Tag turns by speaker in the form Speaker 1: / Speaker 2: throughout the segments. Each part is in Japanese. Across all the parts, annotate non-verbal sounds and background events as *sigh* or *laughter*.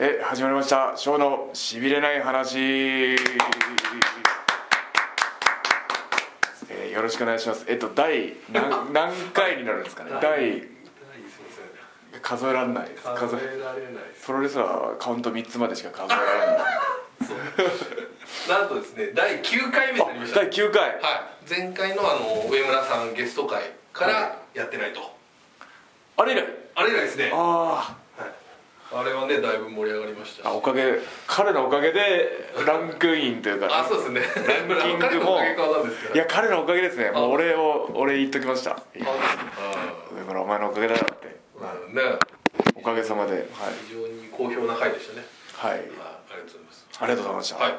Speaker 1: したショーのしびれない話、えーよろしくお願いしますえっと第
Speaker 2: *laughs*
Speaker 1: 何何回になるんですかね第
Speaker 2: はいすいません
Speaker 1: 数えられないです数
Speaker 2: 数
Speaker 1: え
Speaker 2: えられないです
Speaker 1: プロレスラーはカウント3つまでしか数えら
Speaker 2: *laughs*
Speaker 1: れない
Speaker 2: なんとですね第9回目になりま
Speaker 1: あ
Speaker 2: したは
Speaker 1: 第
Speaker 2: い
Speaker 1: 9回
Speaker 2: 前回のあの上村さんゲスト会からやってないと、
Speaker 1: あれ以来
Speaker 2: あれ以来ですねはい
Speaker 1: あ
Speaker 2: あれはねだいぶ盛り上がりましたし
Speaker 1: ーあおかげ彼のおかげでランクインというか
Speaker 2: あそうですね
Speaker 1: ランキングも
Speaker 2: 彼 *laughs* のおかげかなんですけど
Speaker 1: いや彼のおかげですねもうお礼をお礼言っときました
Speaker 2: あ
Speaker 1: 上村お前のおかげだなって
Speaker 2: なるほどね
Speaker 1: おかげさまではい、
Speaker 2: 非常に好評な回でしたね
Speaker 1: はい、
Speaker 2: あありがとうございます
Speaker 1: ありがとうございました、
Speaker 2: はい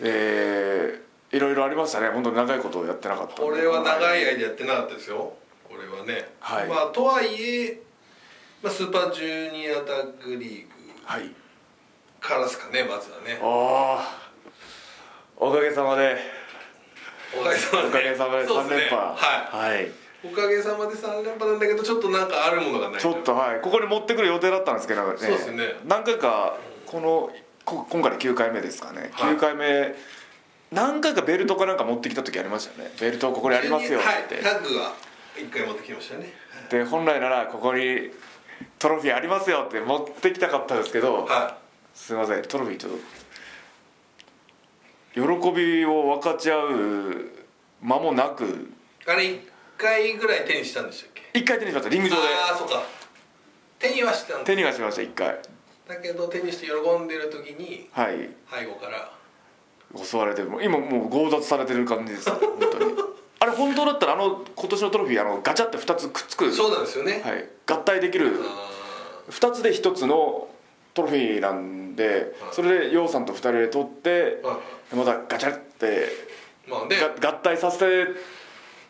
Speaker 1: えーいろいろありましたね本当に長いことやってなかったんで
Speaker 2: これは長
Speaker 1: い
Speaker 2: い間やってなかったですよこれはね、
Speaker 1: はい
Speaker 2: まあとはいえ、まあ、スーパージュニアタッグリーグ
Speaker 1: はい
Speaker 2: からですかねまずはね
Speaker 1: あーおかげさまで
Speaker 2: おかげさまで
Speaker 1: おかげさまで
Speaker 2: そう
Speaker 1: 3
Speaker 2: すね
Speaker 1: 連覇
Speaker 2: は
Speaker 1: はい、
Speaker 2: いおかげさまで3連覇なんだけどちょっとなんかあるものがない
Speaker 1: ちょっとはいここに持ってくる予定だったんですけどね
Speaker 2: そうですね
Speaker 1: 何回かこのこ今回で9回目ですかね、
Speaker 2: はい
Speaker 1: 9回目何回かベルトかなんか持ってきた時ありましたよねベルトをここにありますよっ
Speaker 2: は
Speaker 1: て言
Speaker 2: い
Speaker 1: って、
Speaker 2: タッグは一回持ってきましたね
Speaker 1: で本来ならここにトロフィーありますよって持ってきたかったですけど、
Speaker 2: は
Speaker 1: すいませんトロフィーちょっと喜びを分かち合う間もなく
Speaker 2: いあれ1回ぐらい手にしたんでしたっけ
Speaker 1: 一回手にしましたリング上で
Speaker 2: ああそうか手にはしたんだ
Speaker 1: 手にはしました一回
Speaker 2: だけど手にして喜んでる時に
Speaker 1: はい
Speaker 2: 背後から
Speaker 1: 襲われても今もう強奪されてる感じです本当に *laughs* あれ本当だったらあの今年のトロフィーあのガチャって2つくっつく、は
Speaker 2: そうなんですよね、
Speaker 1: い、合体できる
Speaker 2: あ
Speaker 1: 2つで1つのトロフィーなんでそれで楊さんと2人で取って
Speaker 2: ーあ
Speaker 1: またガチャって
Speaker 2: まあね
Speaker 1: が合体させて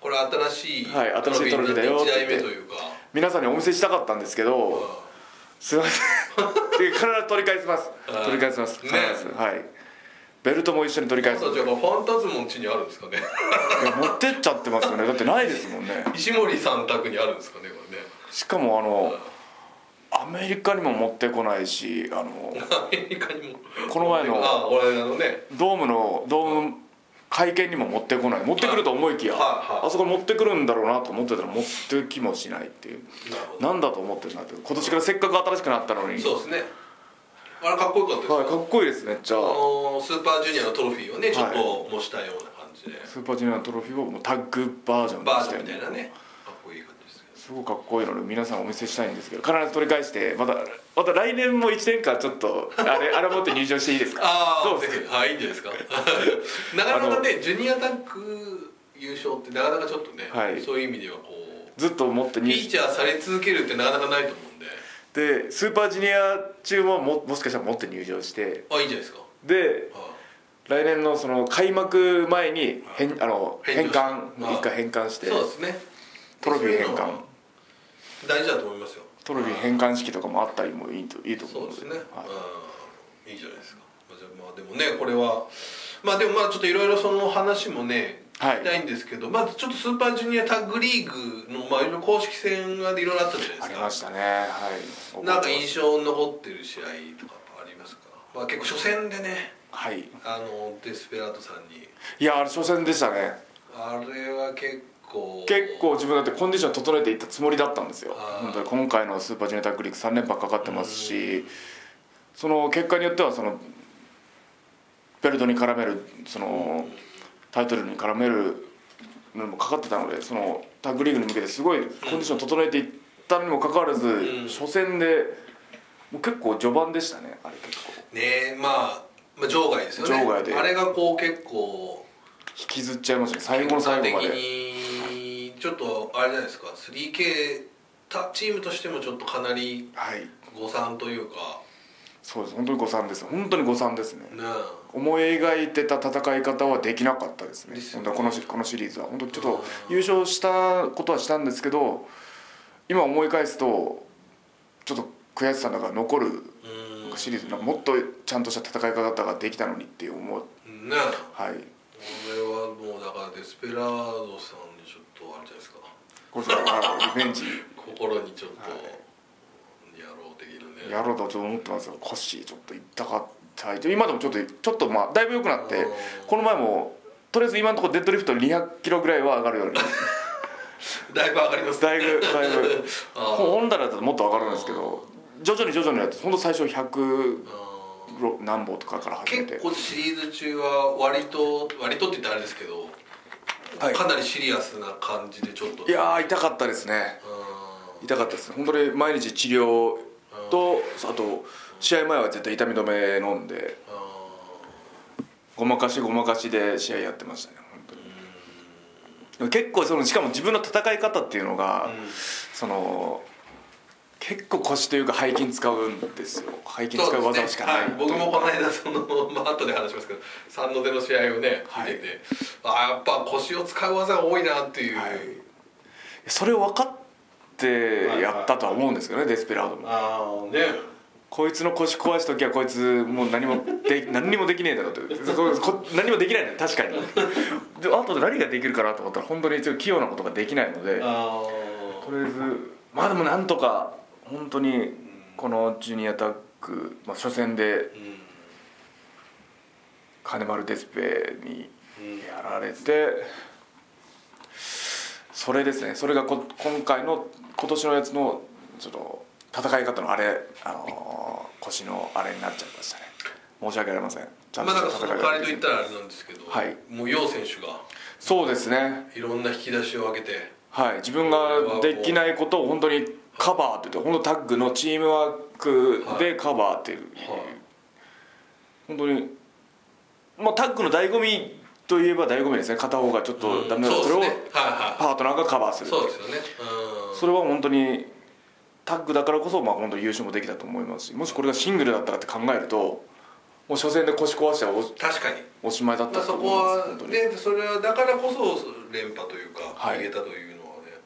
Speaker 2: これ新しい
Speaker 1: はい新しいトロフィーだよ
Speaker 2: 1代
Speaker 1: って言
Speaker 2: 目
Speaker 1: って
Speaker 2: というか
Speaker 1: 皆さんにお見せしたかったんですけど、
Speaker 2: う
Speaker 1: すいません
Speaker 2: *laughs*
Speaker 1: で必ず取り返します
Speaker 2: あー
Speaker 1: 取り返します
Speaker 2: ね
Speaker 1: 必ず、はいベルトも一緒に取り
Speaker 2: ん
Speaker 1: 返す
Speaker 2: そうじゃあファンタズモの地にあるん
Speaker 1: *laughs*
Speaker 2: ですかね
Speaker 1: いや持ってっちゃってますよねだってないですもんね
Speaker 2: 石森さん宅にあるんですかねこれね *laughs*
Speaker 1: しかもあのアメリカにも持ってこないしあの
Speaker 2: アメリカにも
Speaker 1: この前の
Speaker 2: あこの間のね
Speaker 1: ドームのドーム会見にも持ってこない持ってくると思いきや
Speaker 2: はいはい
Speaker 1: あそこに持ってくるんだろうなと思ってたら持ってきもしないっていう
Speaker 2: なるほど
Speaker 1: なんだと思ってるんだって今年からせっかく新しくなったのに
Speaker 2: そうですねあれかっこよかったですよ、
Speaker 1: はい、かっこいいですめっちゃ
Speaker 2: あのースーパージュニアのトロフィーをねちょっ
Speaker 1: は
Speaker 2: と模したような感じで、
Speaker 1: スーパージュニアのトロフィーをもうタッグバージョンで
Speaker 2: バー
Speaker 1: し
Speaker 2: ジ
Speaker 1: た
Speaker 2: ョ
Speaker 1: よ
Speaker 2: ンみた
Speaker 1: ね
Speaker 2: いなねかっこいい感じですけ
Speaker 1: すごくかっこいいので皆さんお見せしたいんですけど必ず取り返してまたまた来年も1年間ちょっとあれあれ持って入場していいです
Speaker 2: ど
Speaker 1: か
Speaker 2: あ
Speaker 1: ど
Speaker 2: あ
Speaker 1: うです
Speaker 2: かはいいいんじゃな
Speaker 1: *laughs*
Speaker 2: いですかなかなかねジュニアタッグ優勝ってなかなかちょっとね、
Speaker 1: はい
Speaker 2: そういう意味ではこう
Speaker 1: ずっと持って
Speaker 2: フ
Speaker 1: 入
Speaker 2: ィーチャーされ続けるってなかなかないと思うんで
Speaker 1: でスーパージュニア中もももしかしたら持って入場して
Speaker 2: あいいじゃないですか
Speaker 1: で
Speaker 2: あ
Speaker 1: 来年のその開幕前に変あの
Speaker 2: 返
Speaker 1: 返
Speaker 2: 上
Speaker 1: 還
Speaker 2: あ
Speaker 1: 一回返還して
Speaker 2: そうですね
Speaker 1: トロフィー
Speaker 2: そうい
Speaker 1: 返
Speaker 2: うの
Speaker 1: 還
Speaker 2: 大事だと思いますよ
Speaker 1: トロフィー返還式とかもあったりもいいといいと
Speaker 2: そ
Speaker 1: 思う
Speaker 2: う
Speaker 1: の
Speaker 2: で
Speaker 1: です
Speaker 2: ね、
Speaker 1: はい
Speaker 2: うんいいじゃないですかまあじゃあまあでもねこれはまあでもまあちょっといろいろその話もね
Speaker 1: はい
Speaker 2: 聞きたいんですけど、まずちょっとスーパージュニアタッグリーグのまあいろいろ公式戦がいろいろあったじゃないで
Speaker 1: あ
Speaker 2: す
Speaker 1: り
Speaker 2: か
Speaker 1: ましたねはい
Speaker 2: なんか印象に残ってる試合とかありますか、まあ、結構初戦でね
Speaker 1: はい
Speaker 2: あのデスペラードさんに
Speaker 1: いやあれ初戦でしたね
Speaker 2: あれは結構
Speaker 1: 結構自分だってコンディション整えていったつもりだったんですよ
Speaker 2: あー
Speaker 1: 本当に今回のスーパージュニアタッグリーグ3連覇かかってますしその結果によってはそのベルトに絡めるそのタイトルに絡めるのにもかかってたのでそのタッグリーグに向けてすごいコンディション整えていったにもかかわらず
Speaker 2: ん
Speaker 1: 初戦でもう結構序盤でしたねあれ結構
Speaker 2: ねえまあ、まあ、場外ですよね
Speaker 1: 場外で
Speaker 2: あれがこう結構
Speaker 1: 引きずっちゃいましたね最後の最後ま
Speaker 2: 結果的
Speaker 1: で
Speaker 2: にちょっとあれじゃないですか 3K たチームとしてもちょっとかなり
Speaker 1: はい
Speaker 2: 誤算というか
Speaker 1: そうです本当に誤算です本当に誤算ですね
Speaker 2: ね
Speaker 1: 思い描いてた戦い方はできなかったですね
Speaker 2: ですよ
Speaker 1: 本
Speaker 2: ね
Speaker 1: 当このしこのシリーズは本当ちょっ
Speaker 2: うん
Speaker 1: と優勝したことはしたんですけど今思い返すとちょっと悔しさが残る
Speaker 2: えうん
Speaker 1: なんかシリーズなんかもっとちゃんとした戦い方ができたのにっていう思う
Speaker 2: ねえ
Speaker 1: はい
Speaker 2: これはもうだからデスペラードさんにちょっとあれじゃないですか
Speaker 1: これそれはあのリベンジ
Speaker 2: 心にちょっと、やろう的なね
Speaker 1: やろうとちょっと思ってますよコッシーちょっと痛かった今でもちょっとちょっとまあだいぶ良くなって
Speaker 2: うん
Speaker 1: この前もとりあえず今のところデッドリフト200キロぐらいは上がるように
Speaker 2: だいぶ上がります
Speaker 1: だいぶだいぶ
Speaker 2: *laughs* あー
Speaker 1: 本来だともっと上がるんですけど徐々に徐々にやってほんと最初100
Speaker 2: あ
Speaker 1: 何本とかから
Speaker 2: ー
Speaker 1: 始めて
Speaker 2: 結構シリーズ中は割と割とって言ったらあれですけど、
Speaker 1: はい
Speaker 2: かなりシリアスな感じでちょっと
Speaker 1: いやー痛かったですね
Speaker 2: あ
Speaker 1: 痛かったです本当に毎日治療とあと試合前は絶対痛み止め飲んで
Speaker 2: ーあ
Speaker 1: ごまかしごまかしで試合やってましたね本当にでも結構そのしかも自分の戦い方っていうのが、
Speaker 2: ーうん
Speaker 1: その結構腰というか背筋使うんですよ背筋使う
Speaker 2: そう
Speaker 1: 技
Speaker 2: で
Speaker 1: し
Speaker 2: す
Speaker 1: か
Speaker 2: ね
Speaker 1: ない
Speaker 2: はい、僕もこの間その、まあ後で話しますけど *laughs* 三の手の試合をね見てて、あーやっぱ腰を使う技が多いなっていう、
Speaker 1: はいそれを分かってやったとは思うんですけどねデスペラードも
Speaker 2: ああね
Speaker 1: こいつの腰壊す時はこいつもう何もで何にもできねえだろうとそうこ何もできないのよ確かにであとで何ができるかなと思ったら本当に一応器用なことができないので
Speaker 2: あ
Speaker 1: とりあえずまあでもなんとか本当にこのジュニアタック、まあ、初戦で
Speaker 2: ーうん
Speaker 1: 金丸デスペに
Speaker 2: うん
Speaker 1: やられてそれですねそれがこ今回の今年のやつのちょっと戦い方のあれ、あのー腰のあれになっちゃいましたね申し訳ありませんちゃん
Speaker 2: ま
Speaker 1: と
Speaker 2: あ
Speaker 1: し
Speaker 2: なん
Speaker 1: た
Speaker 2: かその
Speaker 1: 戦い方で
Speaker 2: 代わ
Speaker 1: き
Speaker 2: りと言ったらあれなんですけど、
Speaker 1: はい
Speaker 2: もう楊選手が
Speaker 1: そうですね
Speaker 2: いろんな引き出しを上げて
Speaker 1: はい自分ができないことを本当にカバーって言って本当タッグのチームワークでカバーっていう、
Speaker 2: はい
Speaker 1: 本当にまあタッグの醍醐味といえば醍醐味ですね片方がちょっとダメだと、
Speaker 2: うん
Speaker 1: それ
Speaker 2: そう
Speaker 1: を
Speaker 2: ですねはいは
Speaker 1: パートナーがカバーす
Speaker 2: い
Speaker 1: る
Speaker 2: そうですよねうん
Speaker 1: それは本当にタッグだからこそ、まあ、本当優勝もできたと思いますしもしこれがシングルだったらって考えるともう初戦で腰壊してはお
Speaker 2: 確かに
Speaker 1: おしまいだっ
Speaker 2: ま
Speaker 1: た
Speaker 2: あ、
Speaker 1: と
Speaker 2: そ
Speaker 1: 思
Speaker 2: こ
Speaker 1: います
Speaker 2: は
Speaker 1: 本当に
Speaker 2: ねそれはだからこそ連覇というか、
Speaker 1: はい
Speaker 2: 逃げたというのはね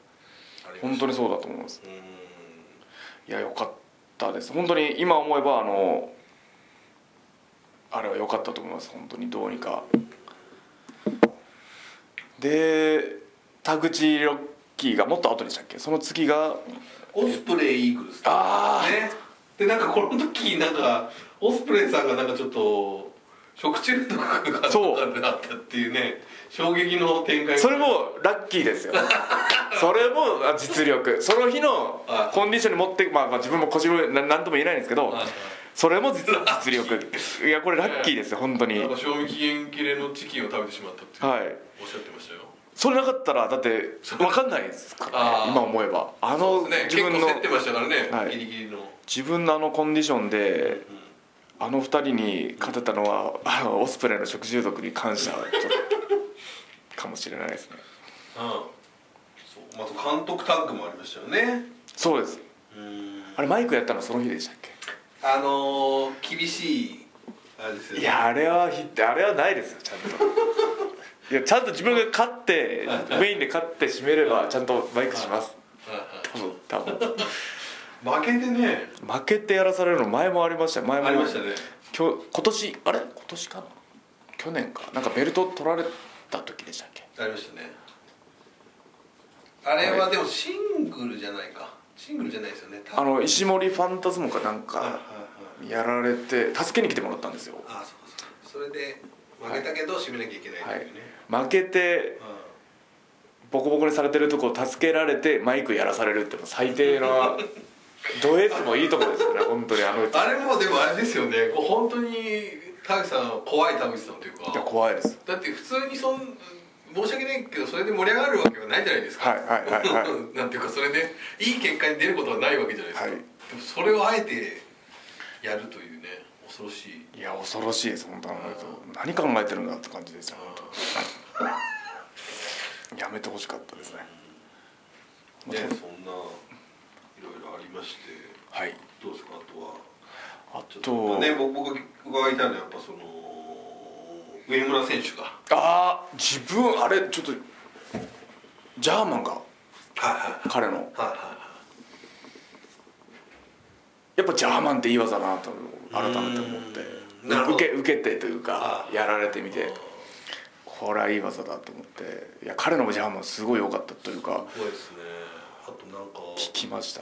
Speaker 2: あり
Speaker 1: 本
Speaker 2: ました
Speaker 1: 当にそうだと思います
Speaker 2: うん
Speaker 1: いや良かったです本当に今思えばあのあれは良かったと思います本当にどうにかで田口ロッキーがもっと後でしたっけその次が
Speaker 2: オスプレイイーグルスね
Speaker 1: あ
Speaker 2: でなんかこの時なんかオスプレイさんがなんかちょっと食中毒が
Speaker 1: そう
Speaker 2: なんかであったっていうね衝撃の展開
Speaker 1: あそれもラッキー
Speaker 2: *laughs*
Speaker 1: ですよそれもあ実力その日の
Speaker 2: はい
Speaker 1: コンディションに持ってまあ、まあ自分も腰のな何とも言えないんですけど
Speaker 2: はいはい
Speaker 1: それも実実
Speaker 2: *laughs*
Speaker 1: 力いやこれラッキーですよ本当に
Speaker 2: なん
Speaker 1: は
Speaker 2: か賞味期限切れのチキンを食べてしまったっていう
Speaker 1: い
Speaker 2: おっしゃってましたよ
Speaker 1: それなかったらだって分かんないですから
Speaker 2: あ
Speaker 1: ね
Speaker 2: ー
Speaker 1: 今思えばあの
Speaker 2: そうです
Speaker 1: 自
Speaker 2: ね
Speaker 1: 分
Speaker 2: 結
Speaker 1: の
Speaker 2: 構競ってましたからね、
Speaker 1: はい
Speaker 2: ギリギリの、うん、
Speaker 1: 自分のあのコンディションであの二人に勝てたのは *laughs* あのオスプレイの食中毒に感謝ちょっとかもしれないですね
Speaker 2: そうまあ、あと監督タッグもありましたよね
Speaker 1: そうです
Speaker 2: うん
Speaker 1: あれマイクやったのその日でしたっ
Speaker 2: あのー、厳しいあれですよ
Speaker 1: け
Speaker 2: ね
Speaker 1: いやあれはひあれはないですよちゃん
Speaker 2: *laughs*
Speaker 1: といやちゃんと自分が勝ってメインで勝って締めればちゃんとマイクします
Speaker 2: はいはい
Speaker 1: 多分多分
Speaker 2: 負けてね
Speaker 1: 負けてやらされるの前もありましたよ前も
Speaker 2: ありましたね
Speaker 1: 今日今年あれ今年かな去年かなんかベルト取られた時でしたっけ
Speaker 2: ありましたねあれ
Speaker 1: は
Speaker 2: はでもシングルじゃないかシングルじゃないですよね
Speaker 1: あ
Speaker 2: の
Speaker 1: の石森ファンタズムかなん
Speaker 2: はいはいはい
Speaker 1: かやられて助けに来てもらったんですよ
Speaker 2: ああそうかそうかそれで負けたけど締めなきゃいけないっていうね、
Speaker 1: 負けてボコボコにされてるとこを助けられてマイクやらされるってもう最低なド S もいいとこですよね本当にあのい
Speaker 2: うんあれもでもあれですよねこう本当に田口さんは怖い田口さんというか
Speaker 1: や怖いです
Speaker 2: だって普通にそん申し訳ないけどそれで盛り上がるわけはないじゃないですか
Speaker 1: はいはいはいは
Speaker 2: なんていうかそれでいい結果に出ることはないわけじゃないですか、
Speaker 1: はい
Speaker 2: でもそれをあえてやるというね恐ろしい *laughs*
Speaker 1: いや恐ろしいです本当あの人何考えてるんだって感じですよ本当やめてほしかったですね
Speaker 2: ねそんないろいろありまして
Speaker 1: はい
Speaker 2: どうですかあとは
Speaker 1: あ
Speaker 2: ちょ
Speaker 1: と
Speaker 2: っとね僕僕が伺いたいのはやっぱその上村選手が
Speaker 1: あー自分あれちょっとジャーマンが
Speaker 2: はいはいはい
Speaker 1: 彼の
Speaker 2: はい
Speaker 1: やっぱジャーマンっていい技だなと改めて思って
Speaker 2: うーんなるほど
Speaker 1: 受け受けてというか
Speaker 2: あー
Speaker 1: やられてみてこれはいい技だと思っていや彼のジャーマンすごい良かったというか
Speaker 2: はいすごいですねあとなんか
Speaker 1: 聞きました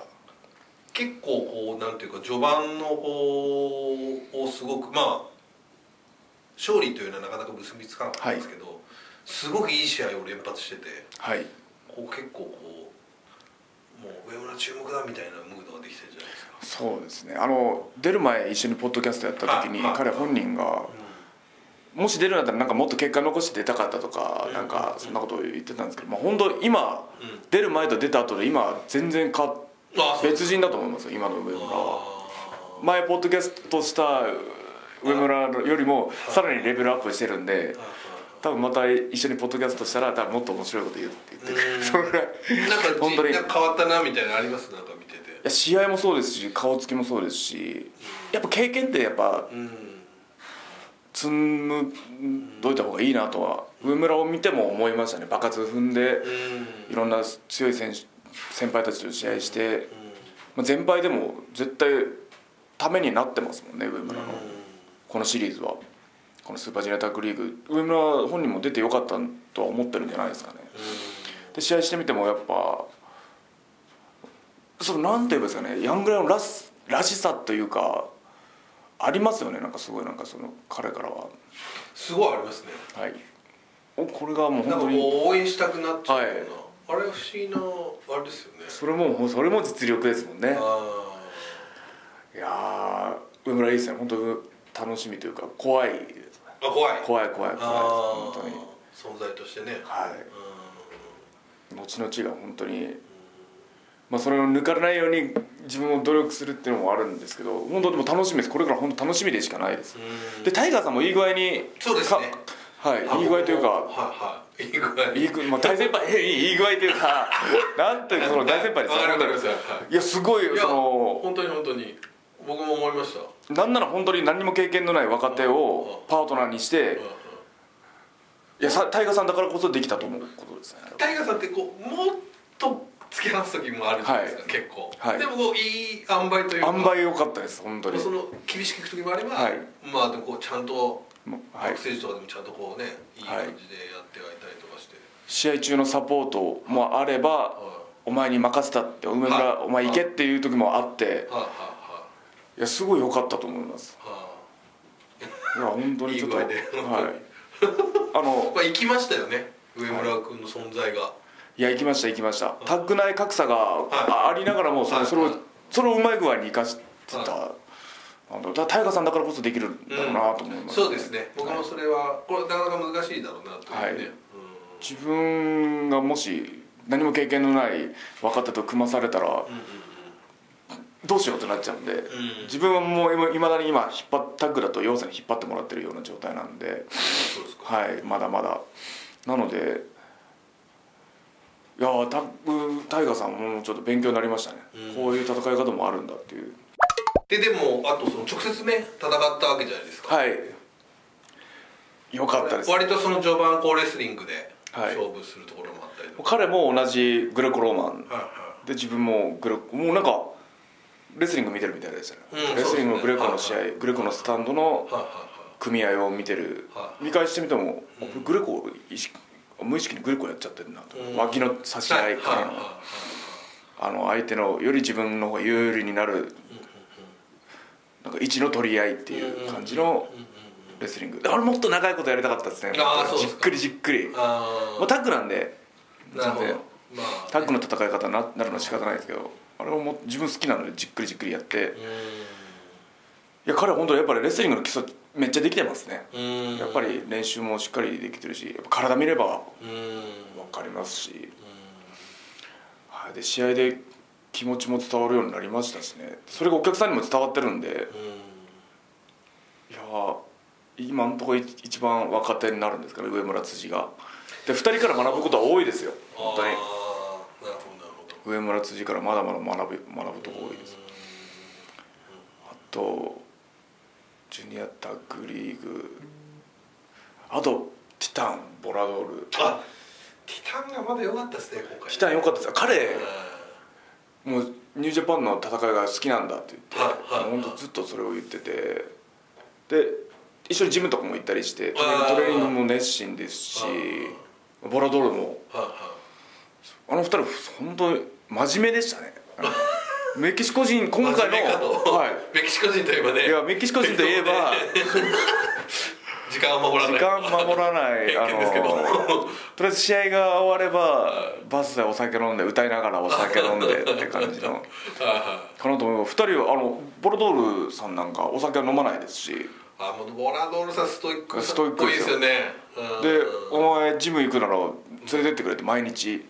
Speaker 2: 結構こうなんていうか序盤の方をすごくまあ勝利というのはなかなか結びつかなかったんですけど、すごくいい試合を連発してて
Speaker 1: はい
Speaker 2: こう結構こうもう上村注目だみたいなムードができてるじゃないですか。
Speaker 1: そうですねあの出る前一緒にポッドキャストやった時に
Speaker 2: ああ
Speaker 1: 彼本人がもし出るんだったらなんかもっと結果残して出たかったとか
Speaker 2: うん
Speaker 1: なんかそんなことを言ってたんですけど、まあ、本当今
Speaker 2: うん
Speaker 1: 出る前と出た後で今全然か
Speaker 2: あそう
Speaker 1: 別人だと思いますよ今の上村は
Speaker 2: あ
Speaker 1: 前ポッドキャストした上村よりもさらにレベルアップしてるんで
Speaker 2: ーあ
Speaker 1: 多分また一緒にポッドキャストしたら多分もっと面白いこと言うって言って
Speaker 2: う
Speaker 1: く *laughs*
Speaker 2: ん
Speaker 1: るそれぐらいい
Speaker 2: ーなんか
Speaker 1: 本当に
Speaker 2: なんか変わったなみたいなのありますなんか見てて
Speaker 1: や試合もそうですし顔つきもそうですしやっぱ経験ってやっぱ
Speaker 2: うん
Speaker 1: 積むどいた方がいいなとは上村を見ても思いましたね爆発踏んで
Speaker 2: うん
Speaker 1: いろんな強い選手先輩たちと試合して、まあ、全敗でも絶対ためになってますもんね上村のこのシリーズはこのスーパージュニアタッグリーグ上村本人も出てよかったとは思ってるんじゃないですかねで試合してみてもやっぱそのなんて言えばいいですかねヤングライオンらしらしさというかありますよねなんかすごいなんかその彼からは
Speaker 2: すごいありますね
Speaker 1: はいおこれがもう
Speaker 2: な
Speaker 1: 本当
Speaker 2: んかこう
Speaker 1: に
Speaker 2: 応援したくなっちゃう
Speaker 1: は
Speaker 2: よ
Speaker 1: いう
Speaker 2: な、あれ不思議なあれですよね
Speaker 1: それもそれも実力ですもんね
Speaker 2: あ
Speaker 1: いやー上村いいですね本当楽しみというか怖いですね
Speaker 2: ーあ怖い
Speaker 1: 怖い怖い怖いです
Speaker 2: あ
Speaker 1: 本当に
Speaker 2: ー存在としてね
Speaker 1: は
Speaker 2: うん
Speaker 1: い後々が本当にまあそれを抜かれないように自分も努力するっていうのもあるんですけど本当でも楽しみですこれから本当楽しみでしかないです
Speaker 2: うん
Speaker 1: でタイガーさんもいい具合に
Speaker 2: そうですね
Speaker 1: かはいいい具合という
Speaker 2: は
Speaker 1: か
Speaker 2: いはいいい具合
Speaker 1: いい具まあ大先輩 *laughs* いいいい具合というかなんというかその大先輩です
Speaker 2: わ
Speaker 1: よ
Speaker 2: かるわ
Speaker 1: 本当
Speaker 2: かり
Speaker 1: に
Speaker 2: ますはい
Speaker 1: いやすごい
Speaker 2: いや
Speaker 1: その
Speaker 2: 本当に本当に僕も思いました
Speaker 1: なんなら本当に何も経験のない若手をパートナーにして
Speaker 2: うんうん
Speaker 1: いやさタイガーさんだからこそできたと思うことですね
Speaker 2: タイガーさんってこうもっと突き放す時もあるじゃないですか、
Speaker 1: は
Speaker 2: 結構、
Speaker 1: はい
Speaker 2: でもこういい塩梅とい
Speaker 1: 塩
Speaker 2: うか
Speaker 1: 梅良かったです本当に
Speaker 2: その厳しくいく時もあれば、
Speaker 1: はい
Speaker 2: まあでもこうちゃんと
Speaker 1: もうはい
Speaker 2: 学生時とかでもちゃんとこうねいい
Speaker 1: はい
Speaker 2: 感じでやってはいたりとかして、
Speaker 1: 試合中のサポートもあれば
Speaker 2: は
Speaker 1: お前に任せたって梅
Speaker 2: はい
Speaker 1: 村お前行けっていう時もあって
Speaker 2: い、はいはい
Speaker 1: やすごい良かったと思います
Speaker 2: いはいはい
Speaker 1: や本当にちょっと
Speaker 2: い
Speaker 1: はい
Speaker 2: い具合で
Speaker 1: あ
Speaker 2: い
Speaker 1: の
Speaker 2: まあ行きましたよね上村君の存在が、
Speaker 1: いや行きました行きましたタッグ内格差があありながらもそ
Speaker 2: は
Speaker 1: の
Speaker 2: い
Speaker 1: それをそれをうまい具合に生かしてた
Speaker 2: は
Speaker 1: あのだタイガーさんだからこそできるんだろうなと思いますね
Speaker 2: そうですね僕もそれは、これなかなか難しいだろうなというね、
Speaker 1: 自分がもし何も経験のない若手と組まされたら
Speaker 2: うん、うん
Speaker 1: どうしようってなっちゃうんで
Speaker 2: うんうんうん
Speaker 1: 自分はもういまだに今引っ張っタッグだと要請に引っ張ってもらってるような状態なんで
Speaker 2: そうですか
Speaker 1: はいまだまだなのでいやータッグタイガーさんもちょっと勉強になりましたね、
Speaker 2: うん
Speaker 1: こういう戦い方もあるんだっていう
Speaker 2: ででもあとその直接ね戦ったわけじゃないですか
Speaker 1: はいよかったです
Speaker 2: 割とその序盤こうレスリングで
Speaker 1: はい
Speaker 2: 勝負するところもあったりとか、
Speaker 1: 彼も同じグレコローマン
Speaker 2: はい
Speaker 1: で自分もグレコもうなんかレスリング見てるみたいでしたね、
Speaker 2: うん
Speaker 1: レスリングの
Speaker 2: そ
Speaker 1: グ
Speaker 2: うですね
Speaker 1: レコの試合、
Speaker 2: はいはい
Speaker 1: グレコのスタンドの
Speaker 2: はいはい
Speaker 1: 組合を見てる、
Speaker 2: はい
Speaker 1: 見返してみても、あこれグレコ意識無意識にグレコやっちゃってるなと、
Speaker 2: うん
Speaker 1: 脇の差し
Speaker 2: は
Speaker 1: 合
Speaker 2: いはい
Speaker 1: い
Speaker 2: はい
Speaker 1: からの、あの相手のより自分の方が有利になるなんか位置の取り合いっていう感じのレスリングあれもっと長いことやりたかったですね
Speaker 2: あーそうで
Speaker 1: じっ
Speaker 2: すか
Speaker 1: くりじっくり
Speaker 2: ああ
Speaker 1: まあ、タッグなんで
Speaker 2: なるほど
Speaker 1: 全然
Speaker 2: まあ
Speaker 1: タッグの戦い方にななるのは仕方ないですけどあれをもう自分好きなのでじっくりじっくりやって、
Speaker 2: う
Speaker 1: い
Speaker 2: ー
Speaker 1: や彼は本当やっぱりレスリングの基礎めっちゃできてますね、
Speaker 2: んうーん
Speaker 1: やっぱり練習もしっかりできてるしやっぱ体見れば
Speaker 2: うーん
Speaker 1: 分かりますし、はい、で試合で気持ちも伝わるようになりましたしねそれがお客さんにも伝わってるんで
Speaker 2: うーん
Speaker 1: いやー今のところ一番若手になるんですから上村辻がで2人から学ぶことは多いですよ本当に
Speaker 2: ああなるほどなるほど
Speaker 1: 上村辻からまだまだ学ぶ学ぶとこ多いですあとジュニアタッグリーグあとティタンボラドール
Speaker 2: あティタンがまだ良かったですね今回
Speaker 1: ティタン良かったです彼
Speaker 2: う
Speaker 1: もうニュージャパンの戦いが好きなんだって言って
Speaker 2: はいはい
Speaker 1: 本当ずっとそれを言っててで一緒にジムとかも行ったりしてトレ
Speaker 2: あー
Speaker 1: トレーニングも熱心ですしボラドールも
Speaker 2: んはいはい
Speaker 1: あの二人本当に真面目でしたねメキシコ人今回の、
Speaker 2: 真面目かと
Speaker 1: は
Speaker 2: メキシコ人といえばね
Speaker 1: い、いやメキシコ人といえば
Speaker 2: 時間を守ら
Speaker 1: 時
Speaker 2: ない
Speaker 1: 間守らないあ
Speaker 2: *laughs* 偏見ですけど
Speaker 1: のとりあえず試合が終わればバスでお酒飲んで歌いながらお酒飲んでって感じ
Speaker 2: *laughs*
Speaker 1: の
Speaker 2: あ
Speaker 1: かなと思います2人はあのボロドールさんなんかお酒は飲まないですし
Speaker 2: あもうボラドールさんストイック
Speaker 1: ストイック
Speaker 2: いい
Speaker 1: で
Speaker 2: ですす
Speaker 1: よ
Speaker 2: よね
Speaker 1: で「
Speaker 2: うん
Speaker 1: お前ジム行くなら連れてってくれ」って毎日、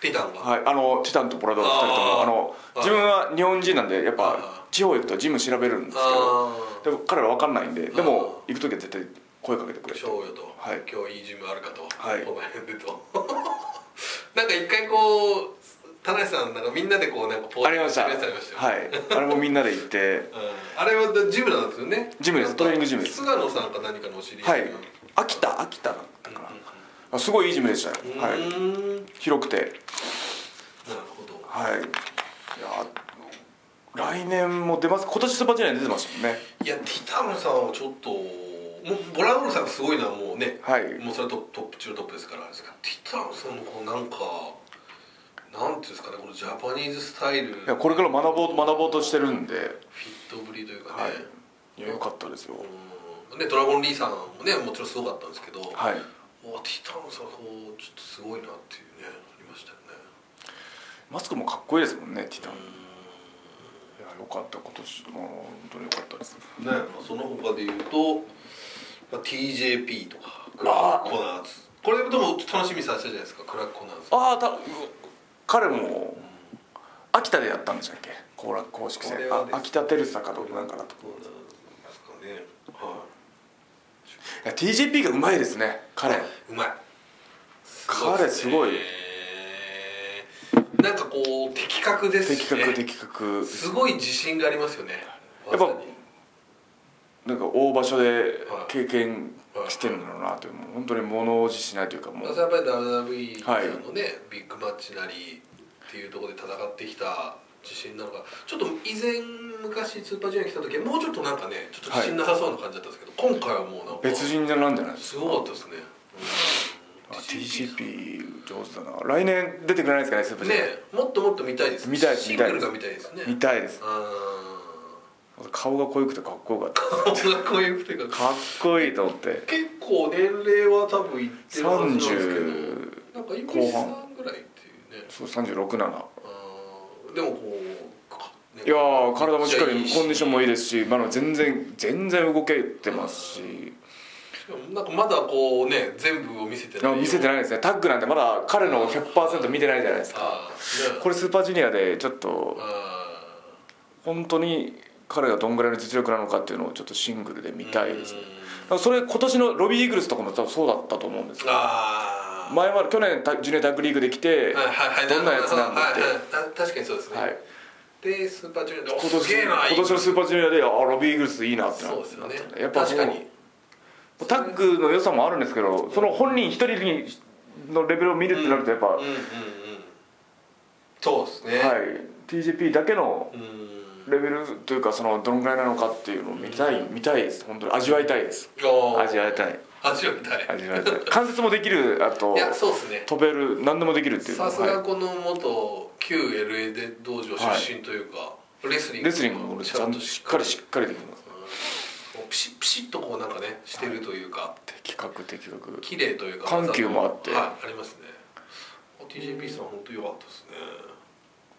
Speaker 2: ティタンが、
Speaker 1: はい、あのティタンとボラドール2人とも
Speaker 2: あー
Speaker 1: あの
Speaker 2: あー
Speaker 1: 自分は日本人なんでやっぱ
Speaker 2: あ
Speaker 1: 地方行くとジム調べるんですけ
Speaker 2: あ
Speaker 1: どでも彼ら分かんないんででも行く時は絶対声かけてくれって
Speaker 2: しょうよと、
Speaker 1: はい
Speaker 2: 今日いいジムあるかと、
Speaker 1: はい
Speaker 2: お前でと *laughs* なんか一回こう田中さんなんかみんなでこうなんかポ
Speaker 1: ありました
Speaker 2: す
Speaker 1: は
Speaker 2: る
Speaker 1: い
Speaker 2: やつありましたよ、
Speaker 1: あれもみんなで行って
Speaker 2: うんあれはジムなんですよね
Speaker 1: ジムですトレーニングジムです
Speaker 2: 菅野さんか何かのお知り
Speaker 1: *laughs*
Speaker 2: 合
Speaker 1: はい秋田秋田だったかなあすごいいいジムでした
Speaker 2: う
Speaker 1: よ、は
Speaker 2: ー
Speaker 1: い、
Speaker 2: んなる
Speaker 1: 広くて
Speaker 2: ほど
Speaker 1: はいいや来年も出ます今年スーパージュニアに出てましたもんね
Speaker 2: いやティタンさんはちょっともうボラドールさんがすごいのはもうね、
Speaker 1: はい
Speaker 2: もうそれはトップトップ中のトップですからあれですけどティタンさんのこうなんかなんていうんですかねこのジャパニーズスタイルフィ
Speaker 1: い
Speaker 2: ッ
Speaker 1: やこれから学ぼう学ぼうとしてるんで
Speaker 2: トぶりというかね、
Speaker 1: はいいや良かったですよ
Speaker 2: うんでドラゴンリーさんもねもちろんすごかったんですけど、
Speaker 1: はい
Speaker 2: おティタンさんこうちょっとすごいなっていうねありましたよね
Speaker 1: マスクもかっこいいですもんねティタンいや良かった今年も本当に良かったです
Speaker 2: ね、まあ、その他で言うと、まあ、TJP とかクラックコナーズこれでも楽しみにされてたじゃないですかクラックコナーズ
Speaker 1: ああた彼も秋田でやったんでしたっけ後楽公式戦
Speaker 2: これは
Speaker 1: あ
Speaker 2: です
Speaker 1: 秋田照坂となんかだと
Speaker 2: コナーズですかねはい
Speaker 1: や TJP がうまいですね彼
Speaker 2: いうまい
Speaker 1: 彼すごい
Speaker 2: なんかこう的確です
Speaker 1: 的
Speaker 2: しね
Speaker 1: 確的確
Speaker 2: すごい自信がありますよね
Speaker 1: やっぱ
Speaker 2: 技に
Speaker 1: なんか大場所で経験してるんだろうなというもう本当に物おじしないというかも
Speaker 2: ま
Speaker 1: う
Speaker 2: ずやっぱり WWE
Speaker 1: はい
Speaker 2: のね、ビッグマッチなりっていうところで戦ってきた自信なのかちょっと以前昔スーパージュニアに来た時はもうちょっとなんかねちょっと自信なさそうな感じだったんですけど、今回はもうなんか
Speaker 1: 別人なんじゃないですか
Speaker 2: すごかったですね、
Speaker 1: あ TCP 上手だな来年出てくれないですかねスーパ
Speaker 2: う
Speaker 1: ー
Speaker 2: ん
Speaker 1: ジ
Speaker 2: ね
Speaker 1: ュニア
Speaker 2: もっともっと見たいです
Speaker 1: 見たいです
Speaker 2: シングルが見たいですね
Speaker 1: 見たいです
Speaker 2: う
Speaker 1: 顔が濃ゆくてかっこよかった
Speaker 2: ん音楽を言うてか
Speaker 1: かっこいいと思って
Speaker 2: 結構年齢は多分いってるはずなんですけど
Speaker 1: 30
Speaker 2: なんか今石さんぐらいっていうね
Speaker 1: そう367
Speaker 2: うんでもこうかね
Speaker 1: いやー体もしっかり
Speaker 2: めちゃいい
Speaker 1: コンディションもいいですし、まあ、全然全然動けてますし
Speaker 2: なんかまだこうね全部を見せて
Speaker 1: あ見せて
Speaker 2: ない
Speaker 1: ないですねタッグなんてまだ彼の100%見てないじゃないですか
Speaker 2: あーね
Speaker 1: これスーパージュニアでちょっと
Speaker 2: あ
Speaker 1: 本当に彼がどんぐらいの実力なのかっていうのをちょっとシングルで見
Speaker 2: ー
Speaker 1: たいですね
Speaker 2: うん
Speaker 1: だからそれ今年のロビー・イーグルスとかも多分そうだったと思うんですよ
Speaker 2: あー
Speaker 1: 前まで去年タジュニアタッグリーグで来て、
Speaker 2: はいはいはい
Speaker 1: どんなやつなんだって
Speaker 2: はいはいた確かにそうですね、
Speaker 1: はい、
Speaker 2: でスーパージュニアでお
Speaker 1: 今年
Speaker 2: すげえな
Speaker 1: 今年のスーパージュニアであロビー・イーグルスいいなってな
Speaker 2: そうですよね
Speaker 1: なったんでやっぱそ
Speaker 2: 確
Speaker 1: の
Speaker 2: かに
Speaker 1: タッグの良さもあるんですけどその本人一人のレベルを見るってなるとやっぱ、
Speaker 2: うんうんうんそうですね、
Speaker 1: はい、TJP だけの
Speaker 2: うん
Speaker 1: レベルというかそのどのぐらいなのかっていうのを見たい、見たいです本当に味わいたいです
Speaker 2: あー
Speaker 1: 味わいたい
Speaker 2: 味わいたい
Speaker 1: 味わ *laughs* いたい関節もできるあと
Speaker 2: いやそうですね
Speaker 1: 飛べる何でもできるっていうの
Speaker 2: さ
Speaker 1: は
Speaker 2: すが
Speaker 1: は
Speaker 2: この元旧 LA で道場出身というか、レス
Speaker 1: い
Speaker 2: リング
Speaker 1: レスリングもちゃんとしっかりしっかりできます
Speaker 2: うんピシッピシッとこうなんかねしてるというか、
Speaker 1: 的確的確
Speaker 2: 綺麗というか
Speaker 1: 緩急もあって
Speaker 2: はい、ありますね TJP さん本当良かったですね、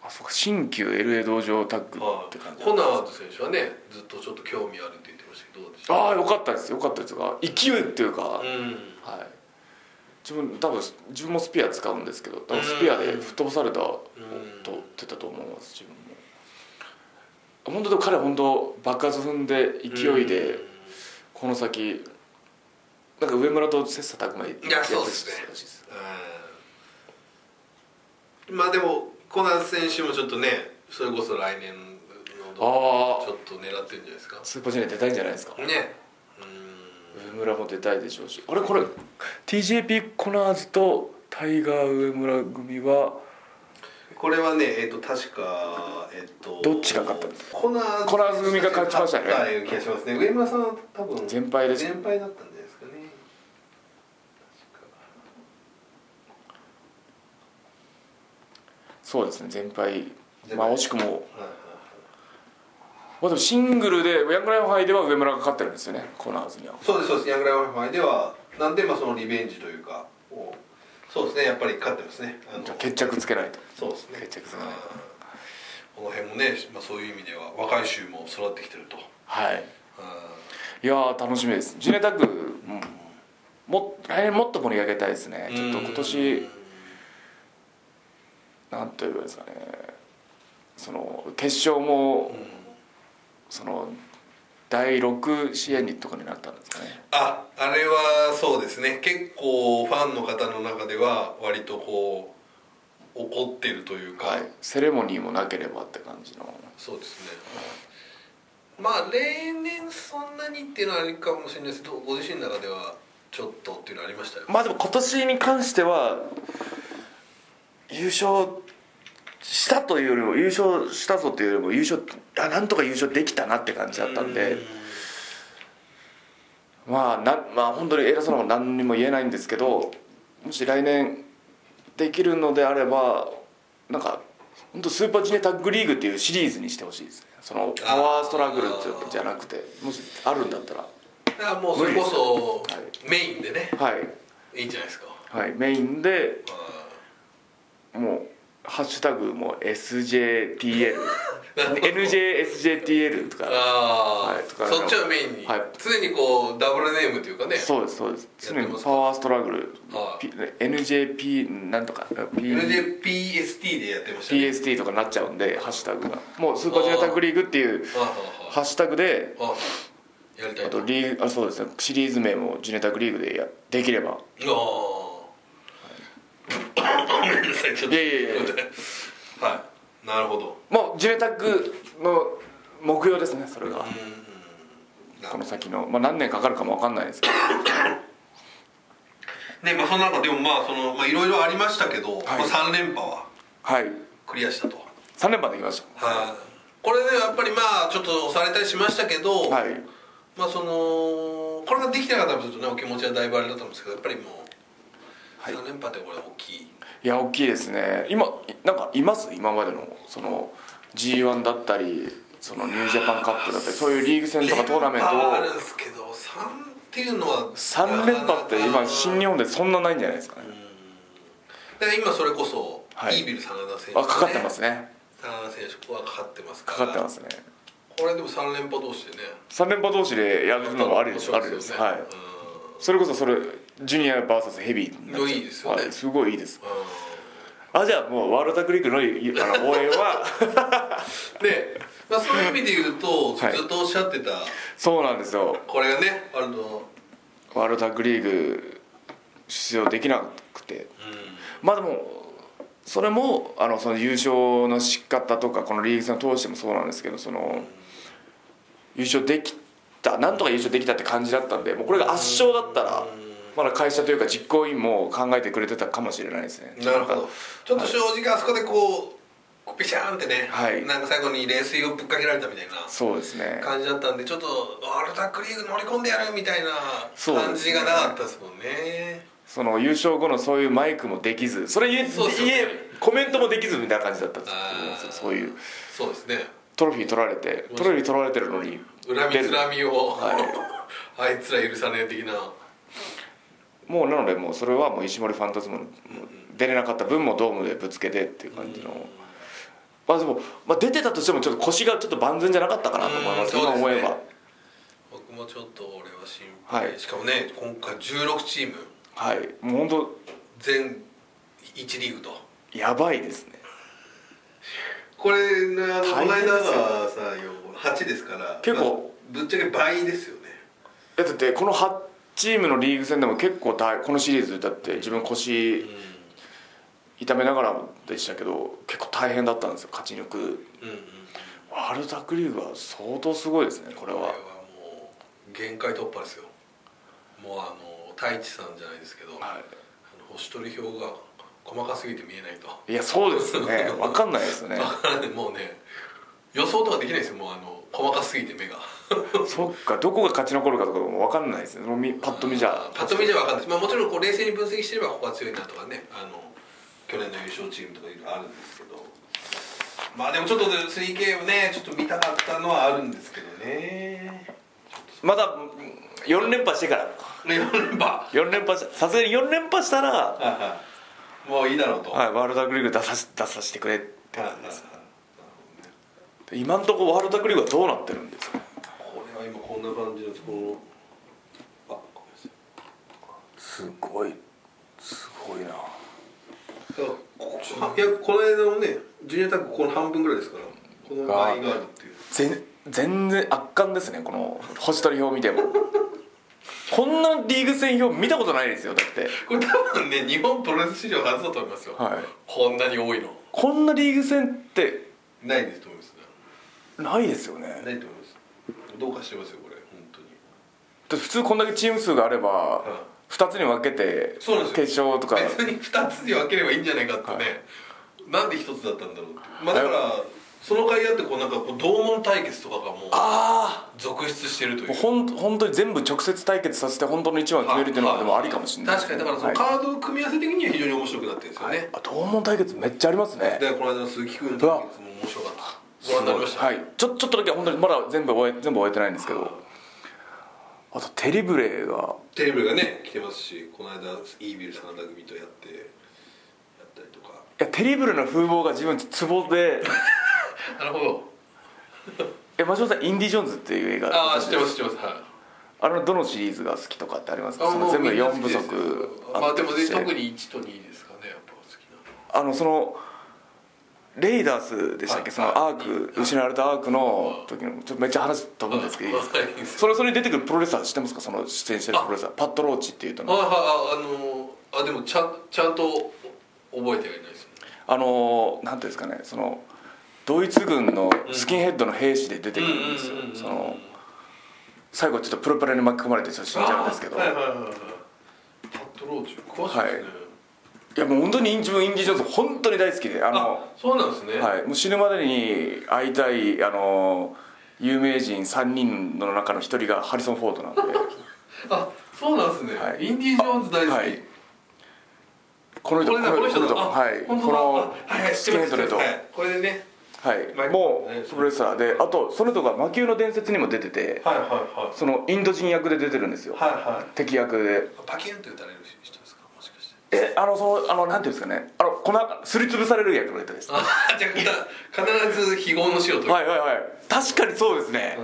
Speaker 1: あそうか新旧 LA 道場タッグって感じ
Speaker 2: コナーズ選手はねずっとちょっと興味あるって言ってましたけどどうでした
Speaker 1: ああよかったですよかったですが勢いっていうか、
Speaker 2: うん
Speaker 1: はい自分多分自分もスピア使うんですけど多分スピアで吹っ飛ばされたと取ってたと思います自分も本当でも彼は本当爆発踏んで勢いでこの先なんか上村と切磋琢磨やって
Speaker 2: いやそうですね
Speaker 1: らしいです
Speaker 2: うんまあでもコナーズ選手もちょっとねそれこそ来年の
Speaker 1: ああ
Speaker 2: ちょっと狙ってるんじゃないですか
Speaker 1: スーパージュニア出たいんじゃないですか
Speaker 2: ねうん
Speaker 1: 上村も出たいでしょうしあれこれ TJP コナーズとタイガー上村組は
Speaker 2: これはねえっ、と確かえっ、と
Speaker 1: どっちが勝ったんです
Speaker 2: コナーズ
Speaker 1: コナーズ組が勝ちましたね
Speaker 2: 勝ったような気がしますね上村さんは多分
Speaker 1: 全敗です
Speaker 2: 全敗だったんじゃないですかね
Speaker 1: そうですね全敗
Speaker 2: 全敗
Speaker 1: まあ惜しくも
Speaker 2: 確かはいはい
Speaker 1: まあ、でもシングルでヤングライオンハイでは上村が勝ってるんですよねコーナーズには
Speaker 2: そうですそうですヤングライオンハイではなんでまあそのリベンジというかをそうですねやっぱり勝ってますねあの
Speaker 1: じゃあ決着つけないと
Speaker 2: そうですね
Speaker 1: 決着つかない
Speaker 2: うんこの辺もね、まあ、そういう意味では若い衆も育ってきてると、うん
Speaker 1: はいいやー楽しみですジュネタッグ、うん、も来年もっと盛り上げたいですねちょっと今
Speaker 2: う
Speaker 1: 年
Speaker 2: ん
Speaker 1: なんと言えばいいですかねその決勝もその第6試合にとかになったんですかね
Speaker 2: ああれはそうですね結構ファンの方の中では割とこう怒ってるというか、
Speaker 1: はいセレモニーもなければって感じの
Speaker 2: そうですねまあ例年そんなにっていうのはありかもしれないですけどご自身の中ではちょっとっていうのはありましたよ、
Speaker 1: まあでも今年に関しては優勝したというよりも優勝したぞというよりも優勝あなんとか優勝できたなって感じだったんで
Speaker 2: う
Speaker 1: まあなまあ本当に偉そうなこと何にも言えないんですけどもし来年できるのであればなんか本当スーパージュニアタッグリーグっていうシリーズにしてほしいですねそのパワーストラグルじゃなくてもしあるんだったら
Speaker 2: だからもうそれこそ
Speaker 1: 無理で
Speaker 2: メインでね
Speaker 1: はい
Speaker 2: いいんじゃないですか
Speaker 1: はいメインで
Speaker 2: う
Speaker 1: もうハッシュタグも SJTL NJSJTL と
Speaker 2: ん
Speaker 1: か
Speaker 2: あ
Speaker 1: はいとか
Speaker 2: あそっちをメインに、
Speaker 1: はい
Speaker 2: 常にこうダブルネームというかね
Speaker 1: そうですそうです常
Speaker 2: や
Speaker 1: に
Speaker 2: ってますか
Speaker 1: パワーストラグル
Speaker 2: はい
Speaker 1: P- NJP なんとか P-
Speaker 2: LJPST でやってましたね
Speaker 1: PST とかなっちゃうんでハッシュタグがもうスーパージュニアタッグリーグっていう
Speaker 2: あああ
Speaker 1: ハッシュタグで
Speaker 2: あああやりたい
Speaker 1: あ
Speaker 2: な
Speaker 1: とリーグあそうですねシリーズ名もジュニアタッグリーグでやできれば
Speaker 2: ああごめんなさいちょっと
Speaker 1: いやいやいや
Speaker 2: はいなるほど
Speaker 1: もうジュニアタッグの目標ですねそれが
Speaker 2: なる
Speaker 1: こ
Speaker 2: ほ
Speaker 1: の
Speaker 2: ど
Speaker 1: 先のまあ何年かかるかも分かんないですけど
Speaker 2: ねまあその中でもまあそのまあいろいろありましたけど、
Speaker 1: はい
Speaker 2: まあ、3連覇は
Speaker 1: はい
Speaker 2: クリアしたと
Speaker 1: 3連覇できまし
Speaker 2: はいこれでやっぱりまあちょっと押されたりしましたけど、
Speaker 1: たはい
Speaker 2: まあそのこれができてなかったとするとねお気持ちはだいぶあれだと思うんですけどやっぱりもう
Speaker 1: はい
Speaker 2: 3連覇ってこれ大きい、
Speaker 1: いや大きいですね今なんかいます今までのその g 1だったりそのニュージャパンカップだったりそういうリーグ戦とかトーナメント
Speaker 2: 連覇はあるん
Speaker 1: を
Speaker 2: ですけど3っていうのは
Speaker 1: 3連覇って
Speaker 2: なかな
Speaker 1: 今
Speaker 2: か
Speaker 1: 新日本でそんなないんじゃないですかね
Speaker 2: だから今それこそ、
Speaker 1: はい
Speaker 2: イービル真田選手、
Speaker 1: あかかってますね
Speaker 2: 真田選手はかかってますから
Speaker 1: かかってますね
Speaker 2: これでも3連覇同士でね
Speaker 1: 3連覇同士でやるのもありですありですはいそれこそそれジュニア VS ヘビーになっちゃう
Speaker 2: いやいいですよね
Speaker 1: はいすごいいいです
Speaker 2: うんうん
Speaker 1: あじゃあもうワールドタックリーグのいあの応援は
Speaker 2: で、まあ、そういう意味で言うと、
Speaker 1: はい
Speaker 2: ずっとおっしゃってた
Speaker 1: そうなんですよ
Speaker 2: これがねあるの
Speaker 1: ワールドタックリーグ出場できなくてまあでもそれもあのその優勝の仕方とかこのリーグ戦を通してもそうなんですけどその優勝できたなんとか優勝できたって感じだったんでもうこれが圧勝だったらまだ会社というか実行委員も考えてくれてたかもしれないですね
Speaker 2: うんなるほどちょっ
Speaker 1: は
Speaker 2: と
Speaker 1: い
Speaker 2: 正直あそこでこうピシャーンってね、
Speaker 1: はい
Speaker 2: なんか最後に冷水をぶっかけられたみたいな
Speaker 1: そうですね
Speaker 2: 感じだったんでちょっとワールドタックリーグ乗り込んでやるみたいな
Speaker 1: そう
Speaker 2: 感
Speaker 1: です
Speaker 2: じ
Speaker 1: ね
Speaker 2: がなかったですもんね
Speaker 1: その優勝後のそういうマイクもできずそれ言え
Speaker 2: そうですよね
Speaker 1: 言えコメントもできずみたいな感じだったんです
Speaker 2: あー
Speaker 1: そういう
Speaker 2: そうですね
Speaker 1: トロフィー取られてトロフィー取られてるのに
Speaker 2: 恨みつらみを、
Speaker 1: は
Speaker 2: *laughs* あいつら許さねえ的な
Speaker 1: もうなのでもうそれはもう石森ファンタズムの出れなかった分もドームでぶつけてっていう感じの、まあでも、まあ、出てたとしてもちょっと腰がちょっと万全じゃなかったかなと思います
Speaker 2: う
Speaker 1: 今
Speaker 2: んそうですね
Speaker 1: 思えば
Speaker 2: 僕もちょっと俺は心配、
Speaker 1: はい
Speaker 2: しかもね今回16チーム
Speaker 1: はいもう本
Speaker 2: 全1リーグと
Speaker 1: 当やばいですね
Speaker 2: これねあのこ
Speaker 1: 大
Speaker 2: の
Speaker 1: 変です
Speaker 2: 間
Speaker 1: よ
Speaker 2: がさよ8ですから
Speaker 1: 結構、
Speaker 2: まあぶっちゃけ倍ですよね
Speaker 1: えだってこの8チームのリーグ戦でも結構大このシリーズだって自分腰痛めながらでしたけど結構大変だったんですよ勝ち抜く
Speaker 2: うんうん
Speaker 1: ワールドタックリーグは相当すごいですねこれ
Speaker 2: これは
Speaker 1: は
Speaker 2: もう限界突破ですよもうあの太一さんじゃないですけど、あ
Speaker 1: は
Speaker 2: の星取り表が細かすぎて見えないと *laughs*
Speaker 1: いいやそうですよね分かんないですよね
Speaker 2: だからねもうね予想とかできないですよもうあの細かすぎて目が
Speaker 1: そっかどこが勝ち残るかとかも分かんないですねもうみパッと見じゃ
Speaker 2: パッと見じゃ分かんないです、まあ、もちろんこう冷静に分析してればここは強いなとかねあの去年の優勝チームとかいろいろあるんですけどまあでもちょっと 3K をねちょっと見たかったのはあるんですけどね
Speaker 1: まだ4連覇してから
Speaker 2: 4連覇
Speaker 1: 4連覇しさすがに4連覇したら、
Speaker 2: *laughs* もういいだろうと、
Speaker 1: はい、ワールドグリーグ出さし出させてくれって
Speaker 2: はいはい
Speaker 1: 感じ
Speaker 2: はいな
Speaker 1: で
Speaker 2: る
Speaker 1: すで今んとこワールドグリーグはどうなってるんですか
Speaker 2: ほどねこれは今こんな感じのこのあごめんなさい
Speaker 1: すごいすごいな
Speaker 2: だからここいやこの間のねジュニアタッグこの半分ぐらいですからこの倍があるっていう
Speaker 3: 全
Speaker 1: 全然圧巻ですねこの星取り表見ても *laughs* こんなリーグ戦表見たことないですよだって
Speaker 2: これ多分ね日本プロレス史上初だと思いますよ、
Speaker 1: はい
Speaker 2: こんなに多いの
Speaker 1: こんなリーグ戦って
Speaker 2: ないですと思います
Speaker 1: ないですよね
Speaker 2: ねないと思いますどうかしてますよこれ本当に
Speaker 1: だって普通こんだけチーム数があれば
Speaker 2: うん
Speaker 1: 2つに分けて
Speaker 2: そうなんです
Speaker 1: 決
Speaker 2: よ
Speaker 1: 勝
Speaker 2: *laughs*
Speaker 1: とか
Speaker 2: 別に2つに分ければいいんじゃないかってね、なんで1つだったんだろうってまあだからその甲斐あってこうなんかこう同門対決とかがもう
Speaker 1: あ
Speaker 2: 続出してるとい
Speaker 1: あ
Speaker 2: う
Speaker 1: もうほん本当に全部直接対決させて本当の一番を決めるっていうのはでもありかもしれない
Speaker 2: 確かにだからそのカ
Speaker 1: はい
Speaker 2: ード組み合わせ的には非常に面白くなってるんですよね、
Speaker 1: あ同門対決めっちゃありますね
Speaker 2: でこの間の鈴木君の対決も面白かったご覧になりました、
Speaker 1: はいちょちょっとだけ本当にまだ全部終え全部終えてないんですけどあとテリブレが
Speaker 2: テレビがね来てますしこの間イービル真田組とやってやったりとか
Speaker 1: いやテリブレの風貌が自分ツボ
Speaker 2: *laughs*
Speaker 1: で
Speaker 2: なるほど
Speaker 1: え松本さん「インディ・ジョーンズ」っていう映画
Speaker 2: ああ知ってます知ってますはい
Speaker 1: あれのどのシリーズが好きとかってありますかそ
Speaker 2: あ
Speaker 1: の
Speaker 2: もう
Speaker 1: 全部
Speaker 2: みんな好
Speaker 1: 4
Speaker 2: き
Speaker 1: 部
Speaker 2: です
Speaker 1: 作
Speaker 2: まあでも
Speaker 1: ったり
Speaker 2: ね
Speaker 1: して
Speaker 2: 特に1と2ですかねやっぱ好きなの
Speaker 1: あのそのレイダースでしたっけ、
Speaker 2: はい
Speaker 1: そのアーク、
Speaker 2: はい
Speaker 1: 失われたアークの時のちょっとめっちゃ話飛ぶんですけどいいですか
Speaker 2: はいいいですよ
Speaker 1: それそれに出てくるプロレスラー知ってますかその出演してるプロレスラーパッド・ローチっていうと
Speaker 2: あ
Speaker 1: の
Speaker 2: ああのあでもちゃんちゃんと覚えてはいないですね
Speaker 1: あのーなんていうんですかねそのドイツ軍のスキンヘッドの兵士で出てくるんですよ、
Speaker 2: うんうんうんうん
Speaker 1: その最後ちょっとプロペラに巻き込まれてちょっと死んじゃうんですけど、
Speaker 2: はい
Speaker 1: い
Speaker 2: はいはいはいパッドローチ詳しいですね、
Speaker 1: やもう本当に自分インディ・ジョーンズ本当に大好きであ
Speaker 2: あ
Speaker 1: の
Speaker 2: そうなんですね、
Speaker 1: はい、もう死ぬまでに会いたいあの有名人3人の中の1人がハリソン・フォードなんで
Speaker 2: あそうなんですね、
Speaker 1: はい
Speaker 2: インディ・ジョーンズ大好き、
Speaker 1: はいこの人
Speaker 2: これだこの人だ
Speaker 1: 人
Speaker 2: あ
Speaker 1: はいこ
Speaker 2: 本当だ
Speaker 1: の
Speaker 2: あはい
Speaker 1: スキンヘッドの人
Speaker 2: は
Speaker 1: はい
Speaker 2: これでねマイ
Speaker 1: い
Speaker 2: ク
Speaker 1: も
Speaker 2: ね
Speaker 1: うプロレスラーであとその人が魔球の伝説にも出てて
Speaker 2: はいはいはい
Speaker 1: そのインド人役で出てるんですよ
Speaker 2: はいはい
Speaker 1: 敵役で
Speaker 2: パキンって打たれる人ですかもしかして
Speaker 1: えあのそのあのなんていうんですかねあのこのすりつぶされる役の人ですは
Speaker 2: ああじゃあ必ず非合の死を取
Speaker 1: い
Speaker 2: る、
Speaker 1: はいはい確かにそうですね
Speaker 2: う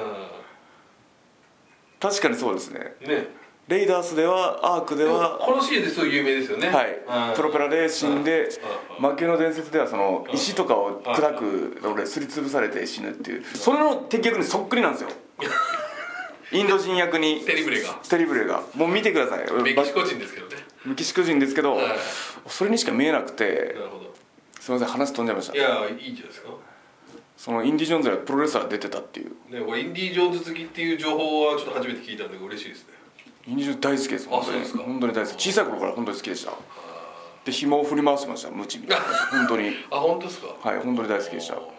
Speaker 1: 確かにそうですね
Speaker 2: んね
Speaker 1: レイダースではアークで
Speaker 2: で
Speaker 1: は
Speaker 2: もこのシリーズすごい有名ですよね
Speaker 1: はい、プロペラで死んで
Speaker 2: うん
Speaker 1: 魔球の伝説ではその石とかを砕くのですりつぶされて死ぬっていうそれの敵役にそっくりなん
Speaker 2: *laughs*
Speaker 1: ですよインド人役に
Speaker 2: テリブレが
Speaker 1: テリブレがもう見てください
Speaker 2: メキシコ人ですけどね
Speaker 1: メキシコ人ですけど
Speaker 2: はい
Speaker 1: それにしか見えなくて
Speaker 2: なるほど
Speaker 1: すみません話飛んじゃいまし
Speaker 2: い
Speaker 1: た
Speaker 2: やいいじゃないですか
Speaker 1: そのインディ・ジョーンズがプロレスラー出てたっていう
Speaker 2: ねこれインディ・ジョーンズ好きっていう情報はちょっと初めて聞いたんで嬉しいですね
Speaker 1: インディ・ジョーンズ大好きです本当
Speaker 2: そう
Speaker 1: に
Speaker 2: ですか
Speaker 1: 本当に大好き小さい頃から本当に好きでしたで紐を振り回してましたムチみたいな
Speaker 2: *laughs*
Speaker 1: 本当に
Speaker 2: あ本当ですか
Speaker 1: はい本当に大好きでした
Speaker 2: あーこ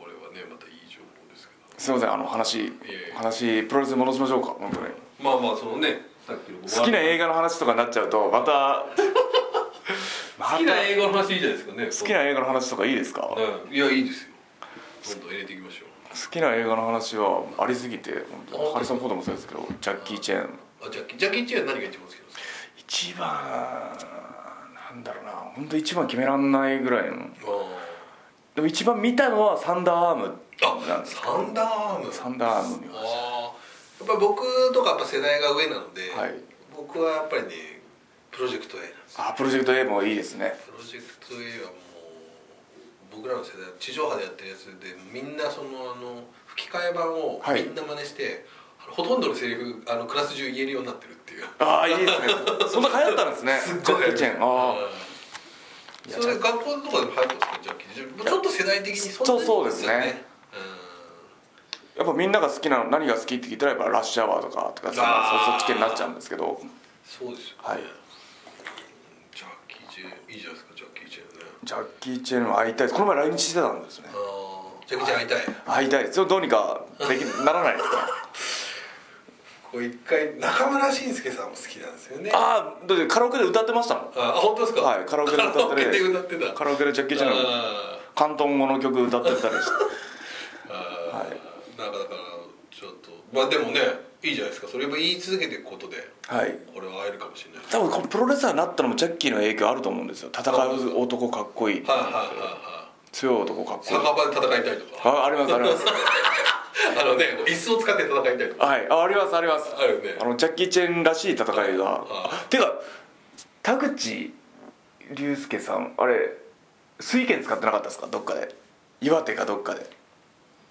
Speaker 2: れはねまたいい情報ですけど
Speaker 1: すみませんあの話
Speaker 2: え
Speaker 1: 話プロレスに戻しましょうか本当に
Speaker 2: まあまあそのねさっきの
Speaker 1: 好きな映画の話とかになっちゃうとまたまた
Speaker 2: 好きな映画の話いいじゃないですかね
Speaker 1: 好きな映画の話とかいいですか好
Speaker 2: うんいやいいですよどんどん入れていきましょう
Speaker 1: きな映画の話はありすぎて本当に
Speaker 2: あ
Speaker 1: ハリソン・フォードもそうですけどジャッキー・チェン
Speaker 2: あジャッキージャッキー・チェンは何が一番好きなんですか
Speaker 1: 一番なんだろうな本当一番決めらんないぐらいのでも一番見たのはサンダーアームなん
Speaker 2: あ
Speaker 1: です
Speaker 2: サンダーアーム
Speaker 1: サンダーアーム見まし
Speaker 2: あーやっぱり僕とかやっぱ世代が上なので、
Speaker 1: はい
Speaker 2: 僕はやっぱりねプロジェクト A なんですよ
Speaker 1: たあプロジェクト A もいいですね
Speaker 2: プロジェクト A はもう僕らの世代地上波でやってるやつでみんなそのあの吹き替え版を
Speaker 1: はい
Speaker 2: みんな真似して、ほとんどのセリフあのクラス中言えるようになってるっていう
Speaker 1: ああいいですねそんな流行ったんですね
Speaker 2: すっ
Speaker 1: ジャ
Speaker 2: ごい
Speaker 1: ッキー・チ
Speaker 2: *laughs*
Speaker 1: ェンああ
Speaker 2: うんそれ学校とかでも流行ってますねジャッキーチェンちょっと世代的にんなに
Speaker 1: そうそうですねやっぱみんなが好きなの何が好きって聞いたらやっぱラッシュアワーとかとかそ
Speaker 2: あー
Speaker 1: そそっち系になっちゃうんですけど
Speaker 2: うんそうですよね、
Speaker 1: はい
Speaker 2: ジャッキー・チェンいいじゃないですかジャッキー・チェンね
Speaker 1: ジャッキー・チェンは会いたいですこの前来日してたんですね
Speaker 2: あージャッキー・チェン会いたい、
Speaker 1: 会いたいですよどうにかできならないですか
Speaker 2: これ一回中村慎介さんも好きなんですよねあ
Speaker 1: ああだってカラオケで歌ってましたもん
Speaker 2: あ本当ですか
Speaker 1: はいカラオケで歌って
Speaker 2: カラオケで
Speaker 1: る
Speaker 2: 歌ってた
Speaker 1: カラオケでジャッキー・チェンの
Speaker 2: あ
Speaker 1: 広東語の曲歌ってたりして
Speaker 2: あーなんかだからちょっとまあでもねいいじゃないですかそれも言い続けていくことで
Speaker 1: はい
Speaker 2: 俺は会えるかもしれない
Speaker 1: 多分このプロレスラーになったのもジャッキーの影響あると思うんですよ戦う男かっこいい
Speaker 2: はいはいは
Speaker 1: 強い男かっこ
Speaker 2: い
Speaker 1: い
Speaker 2: はい
Speaker 1: い
Speaker 2: 酒場で戦いたいとか
Speaker 1: あありますあります
Speaker 2: あのね椅子を使って戦いたいとか
Speaker 1: はいあありますあります
Speaker 2: あるよね
Speaker 1: あのジャッキー・チェンらしい戦いが
Speaker 2: あ
Speaker 1: てか田口竜介さんあれ水拳使ってなかったですかどっかで岩手かどっかで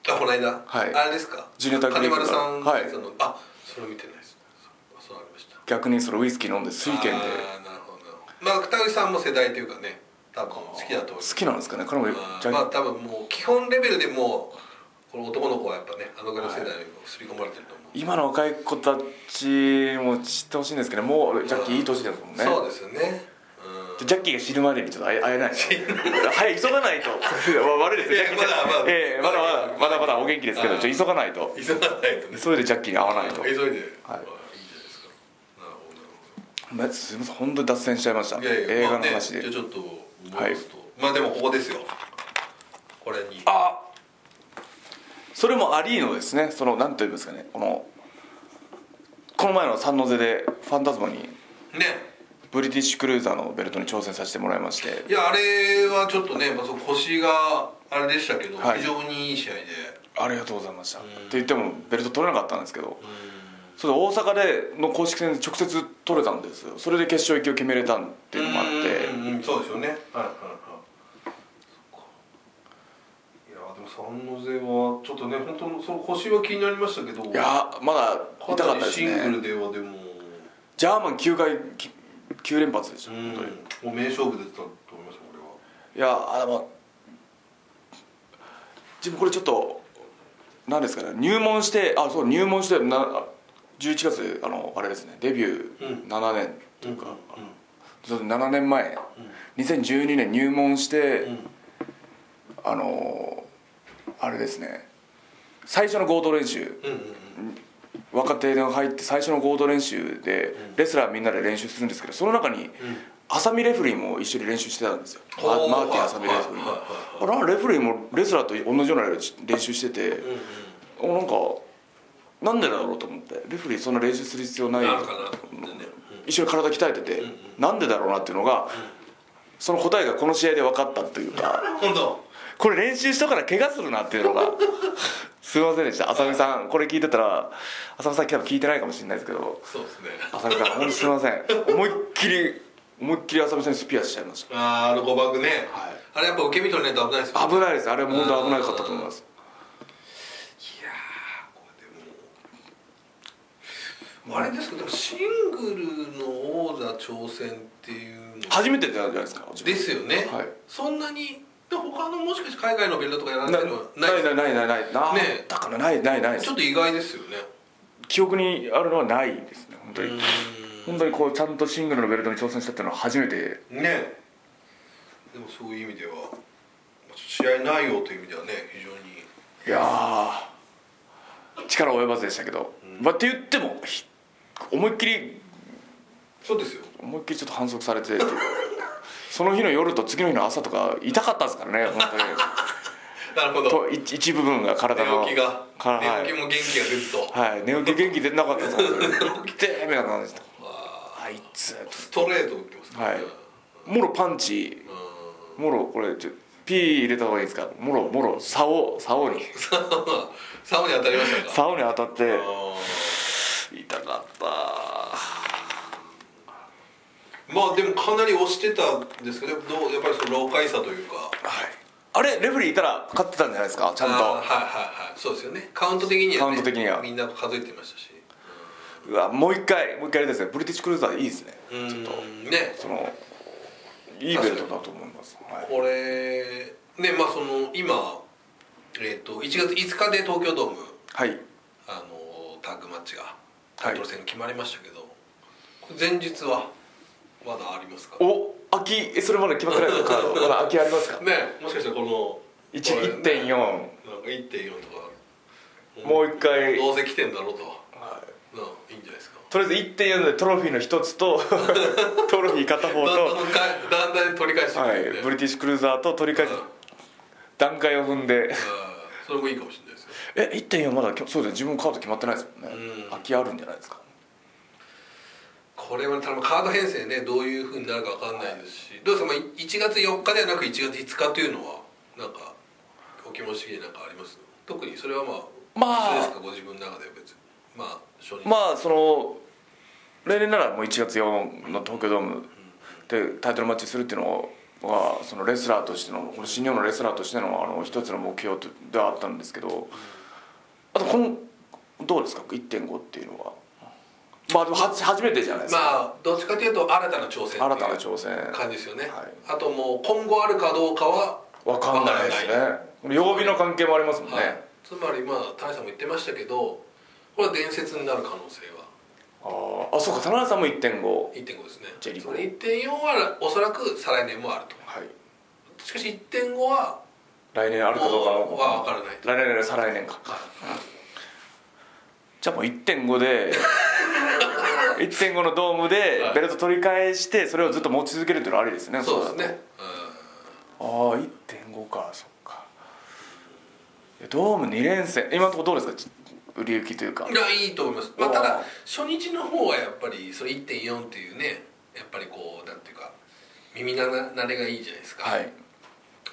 Speaker 2: あこの間、
Speaker 1: はい
Speaker 2: あれですか
Speaker 1: ジュニアタッグリー
Speaker 2: 金
Speaker 1: グ
Speaker 2: 丸さん、
Speaker 1: はい
Speaker 2: そのあそれ見てないですあそうありました
Speaker 1: 逆にそのウイスキー飲んで水拳で
Speaker 2: あーなるほどなるほどまあ北口さんも世代というかね多分好きだと思
Speaker 1: 好
Speaker 2: います
Speaker 1: きなんですかね彼もジ
Speaker 2: あ
Speaker 1: ャ
Speaker 2: ーまあ
Speaker 1: ッ
Speaker 2: 多分もう基本レベルでもうこの男の子はやっぱねあのぐらいの世代に刷り込まれてると思う、
Speaker 1: 今の若い子たちも知ってほしいんですけどもうジャッキーいい年ですもんね
Speaker 2: そうですよねうん
Speaker 1: ジャッキーが死ぬまでにちょっと会え会えないはい急がない *laughs* と悪いですね
Speaker 2: いやまだまだ
Speaker 1: ええまだまだまだまだお元気ですけど
Speaker 2: あー
Speaker 1: ちょっと急がないと
Speaker 2: 急がないとね
Speaker 1: 急いでジャッキーに会わないと
Speaker 2: 急いで、はい、いいじゃないですか
Speaker 1: はい
Speaker 2: なるほどなるほど
Speaker 1: まずすみません本当に脱線しちゃいました
Speaker 2: いやいや
Speaker 1: 映画
Speaker 2: まあ
Speaker 1: の
Speaker 2: ね
Speaker 1: 話で、
Speaker 2: じゃあちょっと戻すと、まあでもここですよこれに
Speaker 1: あそれもアリーノですねそのなんと言いますかねこのこの前の三ノ瀬でファンタズマに
Speaker 2: ね
Speaker 1: ブリティッシュクルーザーのベルトに挑戦させてもらいまして
Speaker 2: いやあれはちょっとね、まあ、そう腰があれでしたけど、
Speaker 1: はい
Speaker 2: 非常にいい試合で
Speaker 1: ありがとうございましたって言ってもベルト取れなかったんですけどそれで大阪での公式戦で直接取れたんですよそれで決勝行きを決めれたっていうのもあって
Speaker 2: うんうんうんそうですよねはいはいはいそっかいやでも三ノ瀬はちょっとね本当のその腰は気になりましたけど
Speaker 1: いやーまだ痛
Speaker 2: か
Speaker 1: かっ
Speaker 2: なり
Speaker 1: たです
Speaker 2: シング
Speaker 1: ね
Speaker 2: ルではでも
Speaker 1: ジャーマン9回9連発でした
Speaker 2: う
Speaker 1: 本
Speaker 2: ん
Speaker 1: 当に
Speaker 2: もう名勝負出てたと思いますこれはい
Speaker 1: やあでも自分これちょっと何ですかね入門してあそう入門してな11月あのあれですねデビュ
Speaker 2: う
Speaker 1: ー7年というか、
Speaker 2: うん
Speaker 1: ちょっと7年前、2012年入門して、
Speaker 2: ん
Speaker 1: あのあれですね最初の合同練習
Speaker 2: うんうんうん
Speaker 1: 若手で入って最初の合同練習でレスラーみんなで練習するんですけどその中に浅見レフェリーも一緒に練習してたんですよマ
Speaker 2: おー
Speaker 1: マーティン浅見レフェリー
Speaker 2: はい
Speaker 1: あらレフェリーもレスラーと同じような練習してておなんかなんでだろうと思ってレフェリーそんな練習する必要ない
Speaker 2: なるかなと思ってね
Speaker 1: 一緒に体鍛えててなんでだろうなっていうのがその答えがこの試合で分かったというか。
Speaker 2: 今度
Speaker 1: これ練習したから怪我するなっていうの
Speaker 2: *laughs*
Speaker 1: がすいませんでした浅見さんこれ聞いてたら浅見さん多分聞いてないかもしれないですけど
Speaker 2: そうですね
Speaker 1: 浅見さん本当すいません思いっきり思いっきり浅見さんにスピアしちゃいまし
Speaker 2: あーあの誤爆ね、
Speaker 1: はい
Speaker 2: あれやっぱ受け身取れないと危ないです
Speaker 1: た
Speaker 2: よ
Speaker 1: 危ないですあれは本当危なかったと思います
Speaker 2: いやーこれでもあれですけどでもシングルの王座挑戦っていうの
Speaker 1: 初めてってなんじゃないですか自分
Speaker 2: ですよね、
Speaker 1: はい
Speaker 2: そんなにで他のもしかして海外のベルトとかやられてるのは
Speaker 1: な
Speaker 2: ない
Speaker 1: ないないないないな
Speaker 2: ねえ
Speaker 1: だからないないないです
Speaker 2: ちょっと意外ですよね
Speaker 1: 記憶にあるのはないですね本当に
Speaker 2: う
Speaker 1: 本当にこうちゃんとシングルのベルトに挑戦したっていうのは初めて
Speaker 2: んねでもそういう意味では試合内容という意味ではね非常に
Speaker 1: いやー力及ばずでしたけど、まあって言ってもひ思いっきり
Speaker 2: そうですよ
Speaker 1: 思いっきりちょっと反則されてその日の夜と次の日の朝とか痛かったですからね本
Speaker 2: なるほど
Speaker 1: 当にと一一部分が体の
Speaker 2: 寝起きが
Speaker 1: からは
Speaker 2: 寝起
Speaker 1: い
Speaker 2: き、も元気が出ると、
Speaker 1: はい、寝起き元気出なか
Speaker 2: *laughs*
Speaker 1: ったです本当にてえみたいな感じであいつ
Speaker 2: ストレート打ってますね *laughs*
Speaker 1: はいもろパンチ
Speaker 2: う
Speaker 1: もろこれちょピー入れた方がいいですかもろもろ竿竿に
Speaker 2: んサオに当たりましたか
Speaker 1: 竿に当たって
Speaker 2: あ
Speaker 1: 痛かった
Speaker 2: ーまあでもかなり押してたんですけどどうやっぱりその老快さというか
Speaker 1: はいあれレフェリーいたら勝ってたんじゃないですかちゃん
Speaker 2: あーはい
Speaker 1: と
Speaker 2: はいはいそうですよねカウント的には、ね、
Speaker 1: カウント的には
Speaker 2: みんな数えてましたし
Speaker 1: うわもう一回もう一回あれですねブリティッシュクルーザーいいですね
Speaker 2: うーんね
Speaker 1: そのいいベルトだと思います、はい
Speaker 2: これねまあその今えっ、と1月5日で東京ドーム
Speaker 1: はい、
Speaker 2: あのタッグマッチがタイトル戦が決まりましたけど、これ前日はまだありますか
Speaker 1: お秋えそれまだ決まってないですかカードまだ秋ありますか
Speaker 2: ねもしかしたらこの
Speaker 1: 一
Speaker 2: これ
Speaker 1: 1.4
Speaker 2: なんか1.4とか
Speaker 1: もう一回
Speaker 2: どうせ来てんだろうと
Speaker 1: は
Speaker 2: なあいいんじゃないですか
Speaker 1: いとりあえず1.4でトロフィーの一つ
Speaker 2: *laughs*
Speaker 1: とトロフィー片
Speaker 2: だ
Speaker 1: 方
Speaker 2: んだ
Speaker 1: と
Speaker 2: んかだんだん取り返して
Speaker 1: はい
Speaker 2: くるんで
Speaker 1: ブリティッシュクルーザーと取り返す
Speaker 2: うん
Speaker 1: 段階を踏んで
Speaker 2: それもいいかもしれないですよ
Speaker 1: え1.4まだきょそうですね自分カード決まってないですもんね
Speaker 2: うん
Speaker 1: 空きあるんじゃないですか
Speaker 2: これは多分カード編成ねどういうふうになるかわかんないですし、どうですか、まあ、い1月4日ではなく1月5日というのはなんかお気持ち的になんかあります特にそれはまあ
Speaker 1: まあ
Speaker 2: 一緒ですかご自分の中では別にまあ初日
Speaker 1: まあその例年ならもう1月4の東京ドームでタイトルマッチするっていうのはそのレスラーとしてのこの新日本のレスラーとしてのあの一つの目標とではあったんですけどあとこのどうですか1.5っていうのはまあでもは初めてじゃないです
Speaker 2: ま
Speaker 1: か、
Speaker 2: あどっちかというと新たな挑戦っていう
Speaker 1: 新たな挑戦
Speaker 2: 感じですよね、
Speaker 1: はい
Speaker 2: あともう今後あるかどうかは
Speaker 1: わかんないですねこの曜日の関係もありますもんね、
Speaker 2: はい、つまりまあ谷さんも言ってましたけどこれは伝説になる可能性は
Speaker 1: あーあそうか田中さんも1.5
Speaker 2: 1.5ですね
Speaker 1: ジェリコ
Speaker 2: それ1.4はおそらく再来年もあると
Speaker 1: はい
Speaker 2: しかし1.5は
Speaker 1: 来年あるかどうかも
Speaker 2: は分からない
Speaker 1: 来年来年再来年かじゃあもう1.5で
Speaker 2: *laughs*
Speaker 1: 1.5のドームで
Speaker 2: はい
Speaker 1: ベルト取り返してそれをずっと持ち続けるっていうのはありですね
Speaker 2: そうですね
Speaker 1: そうだとああ1.5かそっかいやドーム2連戦今のところどうですかち売り行きというか
Speaker 2: うんいやいいと思います、まあ、
Speaker 1: おー
Speaker 2: ただ初日の方はやっぱりそれ1.4っていうねやっぱりこうなんていうか耳な慣れがいいじゃないですか、
Speaker 1: はい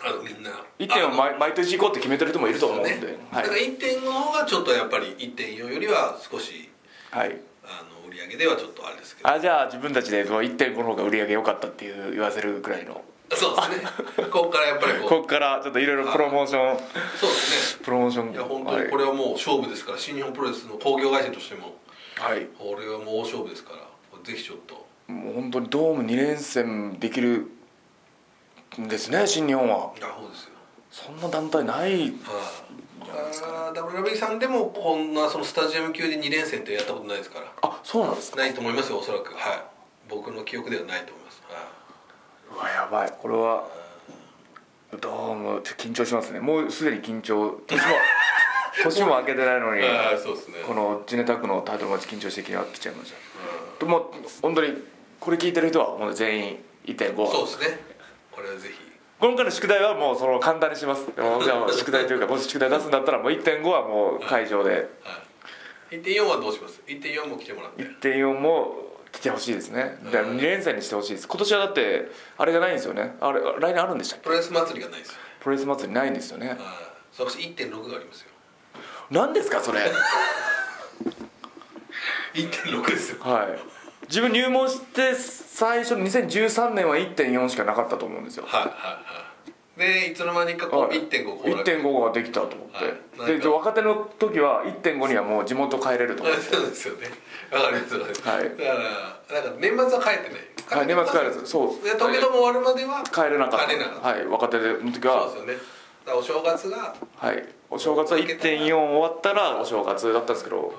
Speaker 2: あのみんな
Speaker 1: 1.5
Speaker 2: あの
Speaker 1: 毎毎年行こうって決めてる人もいると思うんで
Speaker 2: そうね
Speaker 1: はい
Speaker 2: だから1.5の方がちょっとやっぱり1.4よりは少し
Speaker 1: はい
Speaker 2: あの売り上げではちょっとあれですけど
Speaker 1: あじゃあ自分たちでその1.5の方が売り上げ良かったっていう言わせるくらいの
Speaker 2: そうです *laughs* ねここからやっぱりこう
Speaker 1: ここからちょっといろいろプロモーション
Speaker 2: そうですね
Speaker 1: プロモーション
Speaker 2: いや本当にこれはもう勝負ですから新日本プロレスの興行会社としても
Speaker 1: はいはい
Speaker 2: これはもう大勝負ですからぜひちょっと
Speaker 1: もう本当にドーム2連戦できるんですね新日本は
Speaker 2: あそうですよ
Speaker 1: そんな団体ない
Speaker 2: はい、WWE さんでもこんなそのスタジアム級で2連戦ってやったことないですから
Speaker 1: あそうなんですか
Speaker 2: ないと思いますよおそらくはい僕の記憶ではないと思います、は
Speaker 1: うわやばいこれはドームちょっと緊張しますねもうすでに緊張年
Speaker 2: *laughs*
Speaker 1: も年も明けてないのに
Speaker 2: あーそうですね
Speaker 1: このジネタクのタイトルマッチ緊張してきちゃいましたもう本当にこれ聞いてる人はもう全員1.5
Speaker 2: い、そうですねこれはぜひ
Speaker 1: 今回の宿題はもうその簡単にしますでも僕はもう宿題というかもし宿題出すんだったらもう1.5はもう会場で
Speaker 2: はい1.4はどうします1.4も来てもらって
Speaker 1: 1.4も来てほしいですねで
Speaker 2: うん
Speaker 1: 2連戦にしてほしいです今年はだってあれがないんですよねあれ来年あるんでしたっけ
Speaker 2: プロレス祭りがないですよ
Speaker 1: プロレス祭りないんですよね
Speaker 2: はいそして1.6がありますよ
Speaker 1: 何ですかそれ
Speaker 2: 1.6ですよ
Speaker 1: はい自分入門して最初の2013年は1.4しかなかったと思うんですよ
Speaker 2: はいはいはいでいつの間にかこ
Speaker 1: は
Speaker 2: う
Speaker 1: い
Speaker 2: 1.5こうなって
Speaker 1: 1.5ができたと思
Speaker 2: は
Speaker 1: っ
Speaker 2: いな
Speaker 1: て
Speaker 2: んか
Speaker 1: でで若手の時は1.5にはもう地元帰れると思って
Speaker 2: そうですよねわかりますわかります
Speaker 1: はい
Speaker 2: だからなんか年末は帰ってない
Speaker 1: はい年末帰れずそう
Speaker 2: で東京ドーム終わるまでは
Speaker 1: 帰れなかった
Speaker 2: 帰れなかった
Speaker 1: はい若手の時
Speaker 2: そう
Speaker 1: は
Speaker 2: ですよねだからお正月が
Speaker 1: はいお正月は1.4終わったらお正月だったんですけど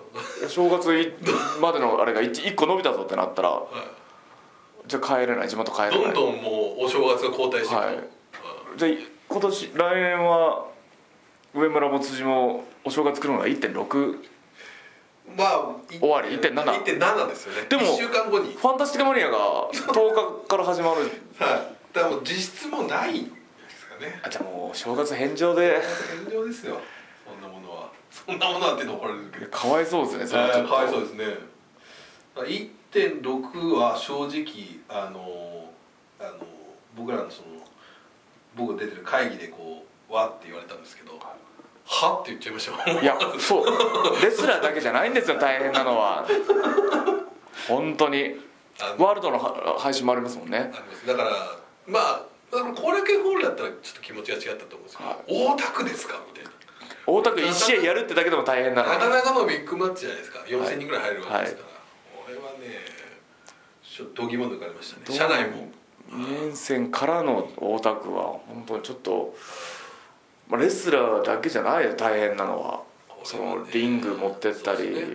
Speaker 1: お正月いまでのあれが 1, 個伸びたぞってなったら
Speaker 2: は
Speaker 1: じゃあ帰れない地元帰れ
Speaker 2: い
Speaker 1: ない
Speaker 2: どんどんもうお正月が後退していく
Speaker 1: はい
Speaker 2: うん
Speaker 1: じゃあ今年来年は上村も辻もお正月来るのが1.6フ
Speaker 2: まあい
Speaker 1: 終わり1.7
Speaker 2: 1.7ですよね
Speaker 1: でも
Speaker 2: 1週間後に
Speaker 1: ァンタスティカマニアが10日から始まる *laughs*
Speaker 2: はいだからもう実質もうないですかね
Speaker 1: あじゃあもう正月返上で
Speaker 2: 炎上ですよそんなものはそんなものはって残られるけど
Speaker 1: かわいそうですねそれはちょっと
Speaker 2: かわいそうですね1.6は正直あのあの僕らのその僕が出てる会議でこう「わ」って言われたんですけど「は」って言っちゃい
Speaker 1: *laughs*
Speaker 2: ましたもん
Speaker 1: いやそうレスラーだけじゃないんですよ大変なのは本当に
Speaker 2: あの
Speaker 1: ワールドのは配信もありますもんね
Speaker 2: ありますだからまあだから後楽園ホールだったらちょっと気持ちが違ったと思うんですけど
Speaker 1: は
Speaker 2: 「大田区ですか?」みたいな
Speaker 1: 大田区1試合やるってだけでも大変なの
Speaker 2: な
Speaker 1: に
Speaker 2: かなかのビッグマッチじゃないですか4000人ぐらい入るわけですから、これはねちょっと度肝抜かれましたね社内も
Speaker 1: 2連戦からの大田区は本当にちょっと、まあ、レスラーだけじゃないよ大変なのはそのリング持ってったり
Speaker 2: そうですね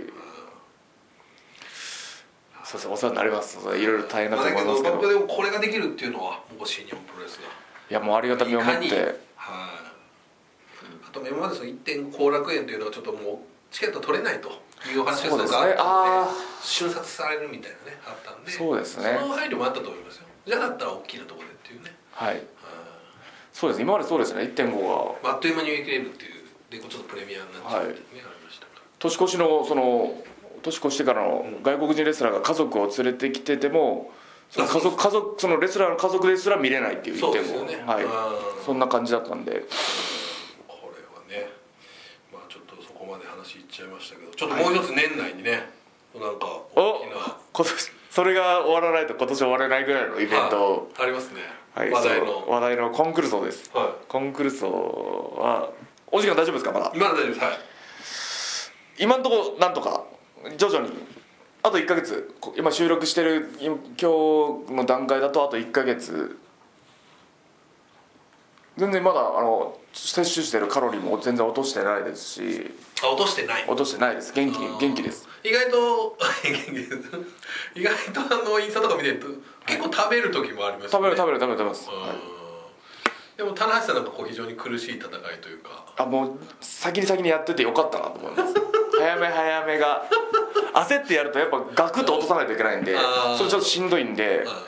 Speaker 1: そうですねお世話になりますそうですねいろいろ大変だ
Speaker 2: まあ
Speaker 1: と思
Speaker 2: だ
Speaker 1: いま
Speaker 2: けど
Speaker 1: すけ
Speaker 2: 僕
Speaker 1: ど
Speaker 2: でもこれができるっていうのはもう新日本プロレスが
Speaker 1: いやもうありがたみを持っ
Speaker 2: いかにはい
Speaker 1: て
Speaker 2: あと今までその1.5後楽園というのはちょっともうチケット取れないというお話が
Speaker 1: そうですね
Speaker 2: すごくあった
Speaker 1: あ
Speaker 2: ので瞬殺されるみたいなねあったんで
Speaker 1: そうですね
Speaker 2: その配慮もあったと思いますよじゃあだったら大きなところでっていうね
Speaker 1: はい
Speaker 2: は
Speaker 1: そうです今までそうですね1.5が
Speaker 2: まああっという間に売り切れるっていうでちょっとプレミアになっちゃうっていうね、ありましたか
Speaker 1: 年越しのその年越してからの
Speaker 2: うん
Speaker 1: 外国人レスラーが家族を連れてきててもその
Speaker 2: あそ
Speaker 1: 家
Speaker 2: う
Speaker 1: 族家族そのレスラーの家族ですら見れないっていう
Speaker 2: ら
Speaker 1: 1.5
Speaker 2: そうですよね、
Speaker 1: はい
Speaker 2: あー
Speaker 1: そんな感じだったんで
Speaker 2: これはねまあちょっとそこまで話いっちゃいましたけどちょっともう一つ年内にね、なんか大きな
Speaker 1: 今年それが終わらないと今年終われないぐらいのイベントを、
Speaker 2: はいありますね、
Speaker 1: はい
Speaker 2: 話題の
Speaker 1: そう話題のコンクルソーです
Speaker 2: は
Speaker 1: コンクルソーはお時間大丈夫ですかまだ
Speaker 2: い今の大丈夫ですはい
Speaker 1: 今んとこなんとか徐々にあと1ヶ月こ今収録してる今今日の段階だとあと1ヶ月全然まだあの摂取してるカロリーも全然落としてないですし
Speaker 2: あ落としてない
Speaker 1: 落としてないです元気
Speaker 2: あー
Speaker 1: 元気です
Speaker 2: 意外と *laughs* 元気です意外とあのインスタとか見てると結構食べる時もあります
Speaker 1: 食べる食
Speaker 2: べる
Speaker 1: べる食べる食べます、はい
Speaker 2: でも棚橋さんなんかこう非常に苦しい戦いというか
Speaker 1: あもう先に先にやっててよかったなと思います *laughs* 早め早めが焦ってやるとやっぱガクッと落とさないといけないんで
Speaker 2: あー
Speaker 1: それちょっとしんどいんで
Speaker 2: あ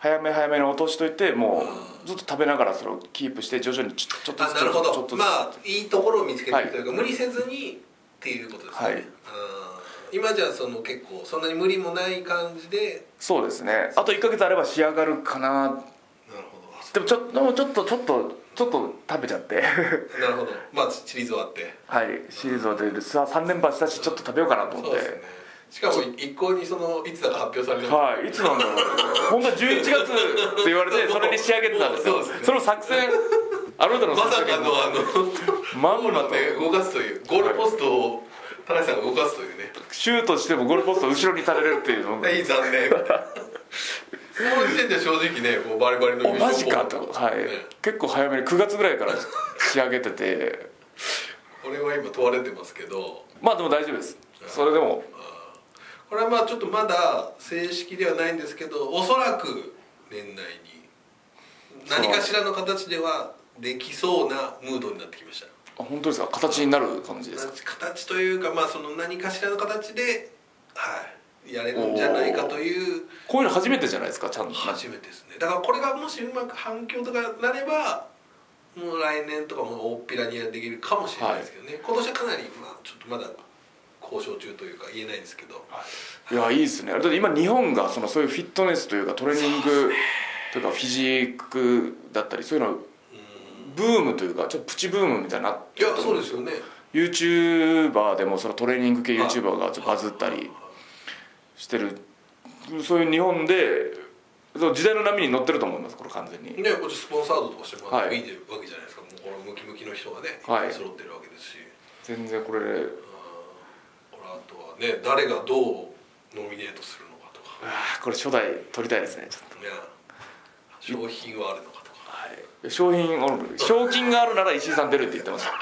Speaker 1: 早め早めに落としといてもうずっと食べながらそれをキープして徐々にちょちょっとずつ
Speaker 2: なるほ
Speaker 1: ちょっ
Speaker 2: ど
Speaker 1: とず
Speaker 2: ま
Speaker 1: つ
Speaker 2: あいいところを見つけていくというか、無理せずにっていうことですね、
Speaker 1: はい
Speaker 2: あー今じゃあその結構そんなに無理もない感じで
Speaker 1: そうですねあと1か月あれば仕上がるかな
Speaker 2: なるほどあそ
Speaker 1: でもちょでもちょっとちょっとちょっと食べちゃって *laughs*
Speaker 2: うなるほどまあシリーズ終わって
Speaker 1: はいシリーズは出るさあ3連覇したしちょっと食べようかなと思
Speaker 2: そ
Speaker 1: っ
Speaker 2: う
Speaker 1: て
Speaker 2: ですねしかも一向にそのいつだか発表されない
Speaker 1: はいいつなんだろう本当は11月って言われてそれに仕上げてたんですよ
Speaker 2: そうですね
Speaker 1: その作戦あなたの
Speaker 2: まさ
Speaker 1: 作
Speaker 2: か
Speaker 1: 戦
Speaker 2: のあの
Speaker 1: ま
Speaker 2: ゴー
Speaker 1: ん
Speaker 2: ル
Speaker 1: ま
Speaker 2: ま
Speaker 1: と
Speaker 2: で動かすというゴールポストを田中さんが動かすというね
Speaker 1: シュートしてもゴールポスト後ろにされるっていうの
Speaker 2: いい残
Speaker 1: *laughs*
Speaker 2: 念その時点で正直ねこうバリバリの
Speaker 1: おマジかと、
Speaker 2: こ
Speaker 1: はい
Speaker 2: ね
Speaker 1: 結構早めに9月ぐらいから仕上げてて *laughs*
Speaker 2: れは今問われてますけど
Speaker 1: まあでも大丈夫ですそれでも
Speaker 2: これはまあちょっとまだ正式ではないんですけどおそらく年内に
Speaker 1: そう
Speaker 2: 何かしらの形ではできそうなムードになってきました
Speaker 1: あ本当ですか形になる感じですか
Speaker 2: 形というかまあその何かしらの形ではいやれるんじゃないかという
Speaker 1: こういうの初めてじゃないですかちゃんと
Speaker 2: 初めてですねだからこれがもしうまく反響とかなればもう来年とかも大っぴらにはできるかもしれないですけどね、今年はかなりまあちょっとまだ交渉中というか言えないですけど
Speaker 1: いやいいですねだって今日本がそのそういうフィットネスというかトレーニングというかフィジークだったりそういうのブームというかちょっとプチブームみたいになっ
Speaker 2: い
Speaker 1: て
Speaker 2: やそうですよね
Speaker 1: YouTuber でもそのトレーニング系 YouTuber がちょっとバズったりしてるそういう日本でそう時代の波に乗ってると思いますこれ完全に
Speaker 2: ねこっちスポンサードとかしてもらって
Speaker 1: はい
Speaker 2: いいわけじゃないですか、もうこのムキムキの人がねいっ
Speaker 1: はい
Speaker 2: ぱい揃ってるわけですし、
Speaker 1: 全然これで
Speaker 2: これあとはね誰がどうノミネートするのかとか
Speaker 1: あーこれ初代取りたいですねちょっと
Speaker 2: ね商品はあるのかとか
Speaker 1: はい商品ある賞金があるなら石井さん出るって言ってました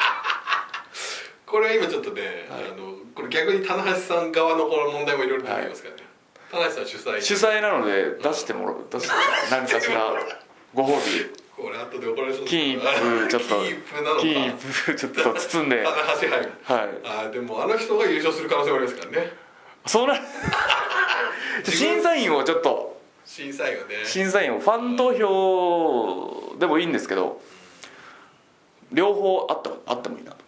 Speaker 2: これは今ちょっとね、あのこれ逆に棚橋さん側のこの問題もいろいろ出てきますからね、棚橋さん主
Speaker 1: 主
Speaker 2: 催
Speaker 1: 催なので出してもらう出して何かしらご褒美
Speaker 2: これ後で怒られそう
Speaker 1: 金一封ちょっと
Speaker 2: キープなのか
Speaker 1: 金一封ちょっと包んで
Speaker 2: 棚橋杯
Speaker 1: はい
Speaker 2: あーでもあの人が優勝する可能性もありますからね
Speaker 1: そうな
Speaker 2: *laughs*
Speaker 1: 審査員をちょっと
Speaker 2: 審査員はね
Speaker 1: 審査員をファン投票でもいいんですけど両方あったあってもいいなと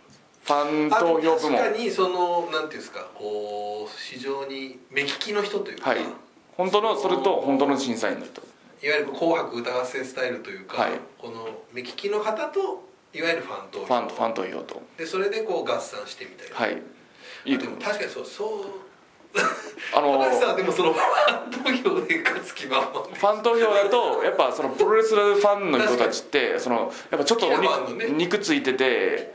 Speaker 1: ファン
Speaker 2: あと
Speaker 1: 投票部門
Speaker 2: 確かにそのなんていうんですかこう非常に目利きの人というか、
Speaker 1: はい
Speaker 2: いわ
Speaker 1: 本当のそれと本当の審査員の人
Speaker 2: ゆる「紅白歌合戦」スタイルというか、
Speaker 1: はい
Speaker 2: この目利きの方といわゆるファンと
Speaker 1: ファンファン投票と
Speaker 2: でそれでこう合算してみたいな、
Speaker 1: はいいいと
Speaker 2: で
Speaker 1: 思い
Speaker 2: も
Speaker 1: ます
Speaker 2: 確かにそうそう
Speaker 1: あの
Speaker 2: 高橋さんはでもそのファン投票で勝つ気満々
Speaker 1: ファン投票だとやっぱそのプロレスファンの人たちってそのやっぱちょっとお
Speaker 2: 好きなファン
Speaker 1: 肉,、
Speaker 2: のね
Speaker 1: 肉ついてて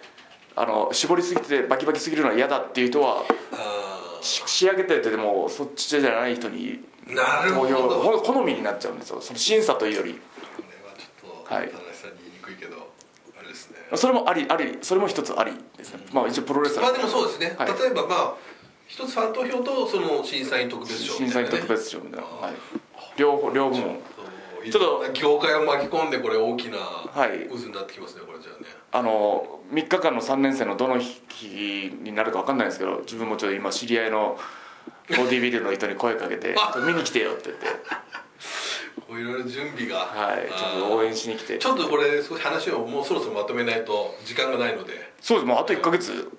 Speaker 1: あの絞りすぎててバキバキすぎるのは嫌だっていう人は
Speaker 2: あ
Speaker 1: し仕上げててでもそっちじゃない人に
Speaker 2: ーなる
Speaker 1: 投
Speaker 2: ほ
Speaker 1: 票
Speaker 2: どこ
Speaker 1: ほ好みになっちゃうんですよその審査というより
Speaker 2: れはちょっと
Speaker 1: は
Speaker 2: 高
Speaker 1: い
Speaker 2: 橋さんに言いにくいけど、あれですね
Speaker 1: それもありありそれも一つありですねまあ一応プロレス
Speaker 2: ま
Speaker 1: ラ
Speaker 2: あ
Speaker 1: ー
Speaker 2: でもそうですね、
Speaker 1: はい
Speaker 2: 例えばまあ一つファン投票とその審査員特別賞
Speaker 1: 審査員特別賞みたいな、はい、両方両部門
Speaker 2: そ
Speaker 1: ちょ
Speaker 2: う
Speaker 1: っと
Speaker 2: いろんな業界を巻き込んでこれ大きな
Speaker 1: はい
Speaker 2: 渦になってきますねこれじゃあね
Speaker 1: あの3日間の3年生のどの日になるか分かんないですけど自分もちょっと今知
Speaker 2: *laughs*
Speaker 1: り合いのボディビルの人に声かけて「見に来てよ」って言って
Speaker 2: ここういろいろ準備が
Speaker 1: はいちゃんと応援しに来て
Speaker 2: ちょっとこれ少し話をもうそろそろまとめないと時間がないのでね
Speaker 1: そうですもうあと1か月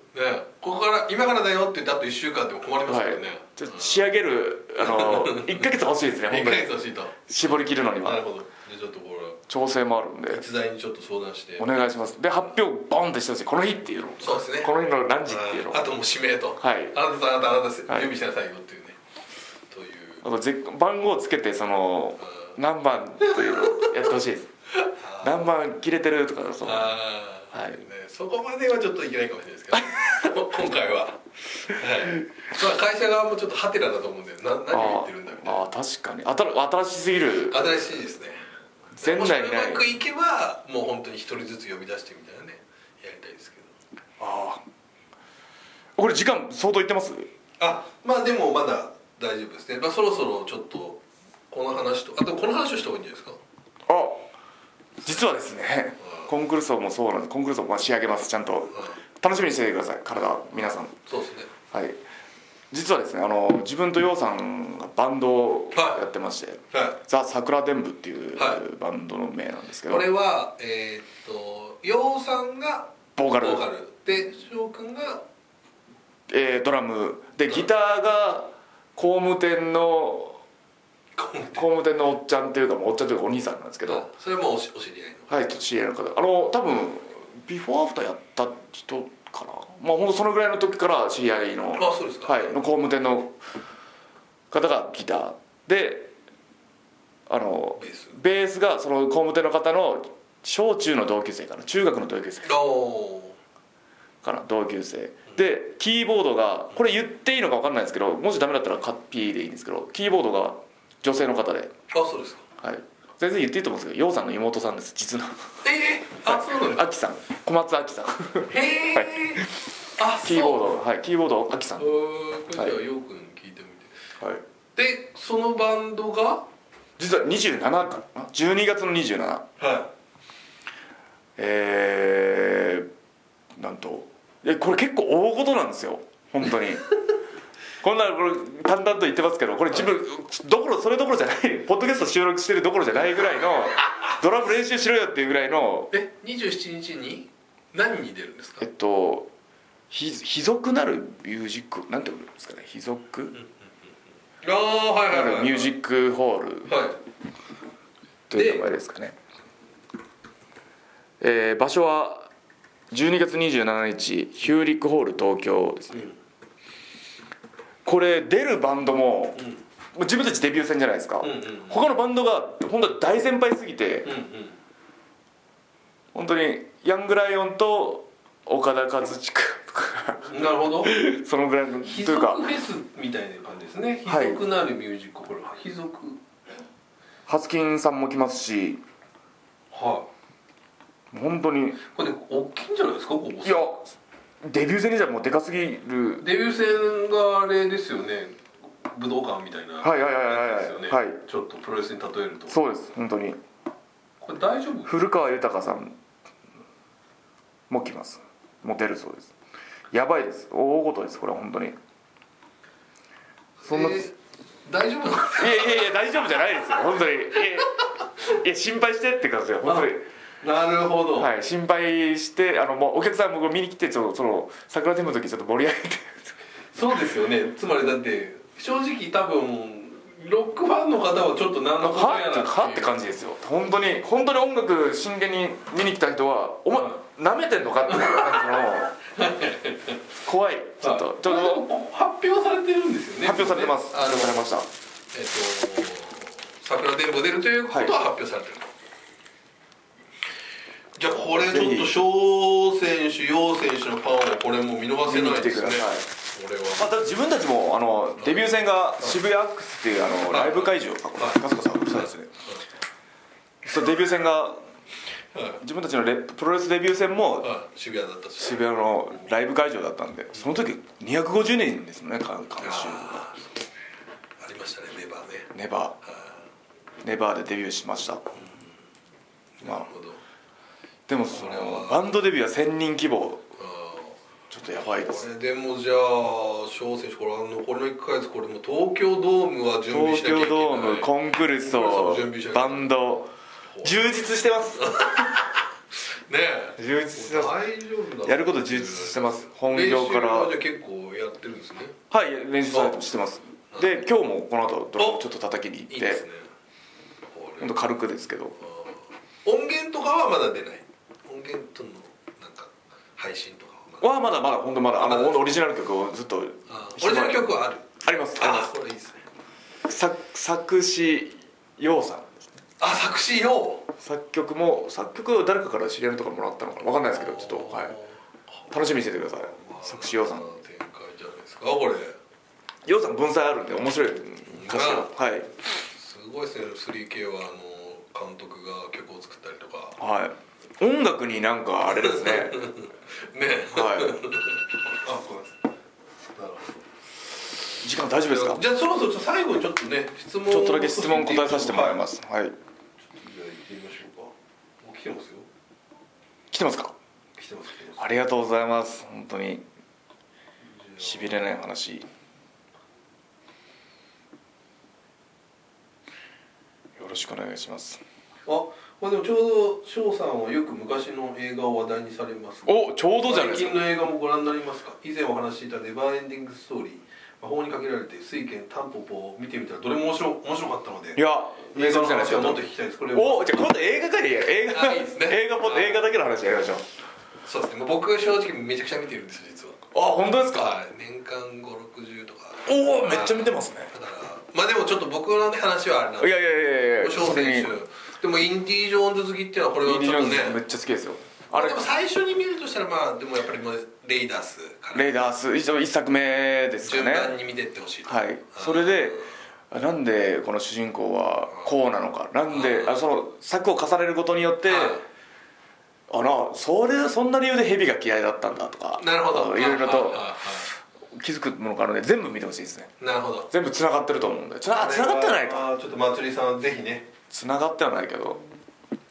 Speaker 2: ここから今からだよって言ったあと1週間でも困ります
Speaker 1: は
Speaker 2: か
Speaker 1: い
Speaker 2: らね、
Speaker 1: ちょっと仕上げるあ
Speaker 2: *laughs*
Speaker 1: の1ヶ月欲しいですね
Speaker 2: 一
Speaker 1: 本
Speaker 2: ヶ
Speaker 1: 当に
Speaker 2: 月欲しいと
Speaker 1: 絞り切るのに
Speaker 2: なる
Speaker 1: は
Speaker 2: ほどでちょっとこれ
Speaker 1: 調整もあるんで
Speaker 2: 逸材にちょっと相談して
Speaker 1: お願いしますで発表ボンってしてほしいこの日っていうの
Speaker 2: そうですね
Speaker 1: この日の何時っていうの
Speaker 2: あともう指名と、
Speaker 1: はい
Speaker 2: あなたあなたあなた準
Speaker 1: はい
Speaker 2: 備しなさいよっていうね、という
Speaker 1: あとぜ番号つけてその何番っていうのやってほしいです
Speaker 2: *laughs*
Speaker 1: 何番切れてるとかそのは
Speaker 2: ああ、
Speaker 1: はい
Speaker 2: ね、そこまではちょっといけないかもしれないですけどこ *laughs* 今回は、はいまあ、会社側もちょっとハテナだと思うんだよな何を言ってるんだみたいな
Speaker 1: ああ確かに新新しすぎる
Speaker 2: 新しいですね
Speaker 1: 前代
Speaker 2: も
Speaker 1: に
Speaker 2: し
Speaker 1: な
Speaker 2: う
Speaker 1: い
Speaker 2: まくいけばもう本当に一人ずつ呼び出してみたいなねやりたいですけど
Speaker 1: ああこれ時間相当いってます
Speaker 2: あまあでもまだ大丈夫ですね、まあ、そろそろちょっとこの話とあとこの話をした方がいいんじゃないですか
Speaker 1: あ実はですねコンクルールもそうなんですコンクルールも仕上げますちゃんと楽しみにしててください体皆さん
Speaker 2: そうですね
Speaker 1: はい実はですねあの自分とようさんがバンドを
Speaker 2: はい
Speaker 1: やってまして、
Speaker 2: は
Speaker 1: ザ・桜伝部っていう
Speaker 2: は
Speaker 1: バンドの名なんですけ
Speaker 2: い
Speaker 1: ど、
Speaker 2: これはえーっと陽さんが
Speaker 1: ボーカル
Speaker 2: ボーカルで翔くんが
Speaker 1: えードラムでギターが工務店の
Speaker 2: コンテ
Speaker 1: 工務店のおっちゃんっていうかおっちゃんというかお兄さんなんですけど、
Speaker 2: あそれはもうおしお知り合いの
Speaker 1: はい、知り合いの方あの多分ビフォーアフターやった人かなまあほんとそのぐらいの時から知り合いの
Speaker 2: あそうですか
Speaker 1: はい、の工務店の方がギターであの
Speaker 2: ベース
Speaker 1: ベースがその工務店の方の小中の同級生かな中学の同級生
Speaker 2: お
Speaker 1: かな同級生でキーボードがこれ言っていいのか分かんないですけどもしダメだったらカッピーでいいんですけどキーボードが女性の方で、
Speaker 2: ーあそうですか
Speaker 1: はい、全然言っていいと思うんですけどようさんの妹さんです実の *laughs*
Speaker 2: ええあそうなんだ
Speaker 1: あきさん小松あきさん
Speaker 2: へえ、あそう
Speaker 1: キーボードはいキーボードあきさんはい
Speaker 2: へーこれじゃあようくん聞いてみてでそのバンドが
Speaker 1: 実は27かな12月の27
Speaker 2: は
Speaker 1: えー、なんとえこれ結構大事なんですよ本当に *laughs* こんなのこれ淡々と言ってますけどこれ自分どころそれどころじゃないポッドキャスト収録してるどころじゃないぐらいのドラム練習しろよっていうぐらいの
Speaker 2: いえ27日に何に出るんですか
Speaker 1: えっとひ卑俗なるミュージックなんて言うんですかね卑俗
Speaker 2: ああはい
Speaker 1: なるミュージックホール
Speaker 2: はい
Speaker 1: という名前ですかね、えー場所は12月27日ヒューリックホール東京ですね、これ出るバンドも、
Speaker 2: ん
Speaker 1: もう自分たちデビュー戦じゃないですか、
Speaker 2: うんうんうん
Speaker 1: 他のバンドが本当は大先輩すぎて、
Speaker 2: うんうん
Speaker 1: 本当にヤングライオンと岡田和親とか *laughs*
Speaker 2: なるほど
Speaker 1: そのぐらいのとい
Speaker 2: 非
Speaker 1: う
Speaker 2: 属フ
Speaker 1: か
Speaker 2: ェスみたいな感じですね非
Speaker 1: はい
Speaker 2: 属なるミュージックこれは非属
Speaker 1: ハスキンさんも来ますし
Speaker 2: は
Speaker 1: 本当にい
Speaker 2: いこれ大きいんじゃないですかここ
Speaker 1: やデビュー戦にじゃもうでかすぎる
Speaker 2: デビュー戦があれですよね武道館みたいな
Speaker 1: はいはいはいはいはい
Speaker 2: やつですよね
Speaker 1: はい
Speaker 2: ちょっとプロレスに例えると
Speaker 1: そうです本当に
Speaker 2: これ大丈夫
Speaker 1: 古川豊さんも来ますもう出るそうですやばいです大事ですこれは本当にいそんな
Speaker 2: えー大丈夫な
Speaker 1: *laughs*
Speaker 2: の
Speaker 1: やいやいや大丈夫じゃないですよ本当にいやいや心配してって感じですよ本当に
Speaker 2: なるほど、
Speaker 1: はい心配してあのもうお客さん僕見に来てちょっとその桜天舞の時ちょっと盛り上げて
Speaker 2: そうですよねつまりだって正直多分ロックファンの方はちょっと何のこ
Speaker 1: *laughs*
Speaker 2: と
Speaker 1: は
Speaker 2: やら
Speaker 1: ってはって感じですよ本当に本当に音楽真剣に見に来た人はお前
Speaker 2: はい
Speaker 1: なめてんのかっていう感 *laughs* じの怖いちょっとちょっと
Speaker 2: と発表されてるんですよね
Speaker 1: 発表されてます
Speaker 2: あ
Speaker 1: 発
Speaker 2: の
Speaker 1: 表されました
Speaker 2: えっと桜電報出るということは発表されてる、じゃあこれちょっと翔選手楊選手のファンはこれもう見逃せないで
Speaker 1: 見に来てく
Speaker 2: すね
Speaker 1: ださ
Speaker 2: これ
Speaker 1: ま
Speaker 2: は
Speaker 1: あ、ただ自分たちもあのデビュー戦が渋谷アックスっていうあの
Speaker 2: はい
Speaker 1: ライブ会場あこれ
Speaker 2: はい
Speaker 1: ガスコさんうるさいですねそうデビュー戦が自分たちのレプロレスデビュー戦も
Speaker 2: あ渋谷だったし
Speaker 1: 渋谷のライブ会場だったんでその時250人ですもんねか監修
Speaker 2: あありましたねネバーね
Speaker 1: ネバーネバーでデビューしました
Speaker 2: な
Speaker 1: ま
Speaker 2: る
Speaker 1: あ
Speaker 2: ほど
Speaker 1: でもそのバンドデビューは1000人規模
Speaker 2: あ
Speaker 4: ちょっとやばいで
Speaker 2: こ
Speaker 4: す
Speaker 2: れでもじゃあ翔選手これあの残りの1か月これもう東京ドームは準備
Speaker 1: 東
Speaker 2: しなきゃい
Speaker 1: 京
Speaker 2: けない
Speaker 1: ドームコンクルソ
Speaker 2: コンクルソ準備しなきゃいけない
Speaker 1: バンド充実してます
Speaker 2: ねえ
Speaker 1: 充実してます
Speaker 2: 大丈夫だ
Speaker 1: やること充実してます本業から
Speaker 2: 練習はじゃあ結構やってるんですね
Speaker 1: はい練習してますで今日もこの後ドラムちょっと叩きに
Speaker 2: い
Speaker 1: 行
Speaker 2: い
Speaker 1: っ
Speaker 2: ですね
Speaker 1: て
Speaker 2: これ
Speaker 1: ほんと軽くですけど
Speaker 2: 音源とかはまだ出ない音源とのなんか配信とかはまだ
Speaker 1: はまだまだ本当まだあ
Speaker 2: まだ
Speaker 1: のオリジナル曲をずっと
Speaker 2: あーオリジナル曲はある
Speaker 1: ありますありま
Speaker 2: あ
Speaker 1: す
Speaker 2: あこれいいですね
Speaker 1: 作作詞陽さん
Speaker 2: あ作詞用
Speaker 1: 作曲も作曲誰かから知り合いのとかもらったのかなわかんないですけどちょっとはい楽しみにしててください作詞陽さん
Speaker 2: 展開じゃないですかこれ
Speaker 1: 陽さん文才あるんで面白い歌詞がはい
Speaker 2: すごいですね 3K はあの監督が曲を作ったりとか
Speaker 1: はい音楽になんかあれですね *laughs*
Speaker 2: ね
Speaker 1: は
Speaker 2: あそうですなるほど
Speaker 1: い時間大丈夫ですか
Speaker 2: じゃあそろそろちょっと最後にちょっとね質問を
Speaker 1: ちょっとだけ質問答えさせてもらいますすはい
Speaker 2: じゃあ行ってみましょうかもう来てますよ
Speaker 1: 来てますか
Speaker 2: 来てます来てます
Speaker 1: ありがとうございます本当にしび
Speaker 2: れ
Speaker 1: れない話よろしくお願いします
Speaker 2: あまあでもちょうど翔さんはよく昔の映画を話題にされますが
Speaker 1: おちょうどじゃないです
Speaker 2: 最
Speaker 1: か
Speaker 2: 近の映画もご覧になりますか以前お話ししたネバーエンディングストーリー魔法にかけられて水拳タンポポを見てみたらどれも面白面白かったので
Speaker 1: いや
Speaker 2: 映
Speaker 1: 名
Speaker 2: 画
Speaker 1: 作
Speaker 2: の
Speaker 1: じゃないですか
Speaker 2: 話をもっと聞きたいですこれを
Speaker 1: おじゃあ今度映画界でやる映
Speaker 2: あ
Speaker 1: 画
Speaker 2: いいですね
Speaker 1: 映画ポ
Speaker 2: はい
Speaker 1: 映画だけの話やりましょう
Speaker 2: そうですねもう僕正直めちゃくちゃ見てるんですよ実は
Speaker 1: あ本当ですか
Speaker 2: はい年間560とか
Speaker 1: おおめっちゃ見てますね
Speaker 2: だからまあでもちょっと僕のね話はあれなん
Speaker 1: い
Speaker 2: で
Speaker 1: やいやいやいや
Speaker 2: 翔
Speaker 1: それ
Speaker 2: 選
Speaker 1: に
Speaker 2: 手でもインディ・ージョーンズ好きっていうのはこれは
Speaker 1: ミニ
Speaker 2: ち
Speaker 1: ジ
Speaker 2: ょ
Speaker 1: ョ
Speaker 2: っ
Speaker 1: ー
Speaker 2: と
Speaker 1: ン
Speaker 2: ね
Speaker 1: ズめっちゃ好きですよ
Speaker 2: あ
Speaker 1: あれ
Speaker 2: でも最初に見るとしたらまあでもやっぱりもうレイダースから
Speaker 1: レーダース一応一作目ですか
Speaker 2: 順
Speaker 1: ね
Speaker 2: 番に見てってほしいと
Speaker 1: はいそれであなんでこの主人公はこうなのかなんであその作を重ねることによって
Speaker 2: はい
Speaker 1: あらそれそんな理由で蛇が嫌いだったんだとか
Speaker 2: なるほど
Speaker 1: いろいろ
Speaker 2: は
Speaker 1: と
Speaker 2: いは
Speaker 1: 気づくものがあるので全部見てほしいですね
Speaker 2: いはいなるほど
Speaker 1: 全部つながってると思うんでつなつながってはないか
Speaker 2: あーちょっとまつりさんぜひね
Speaker 1: つながってはないけど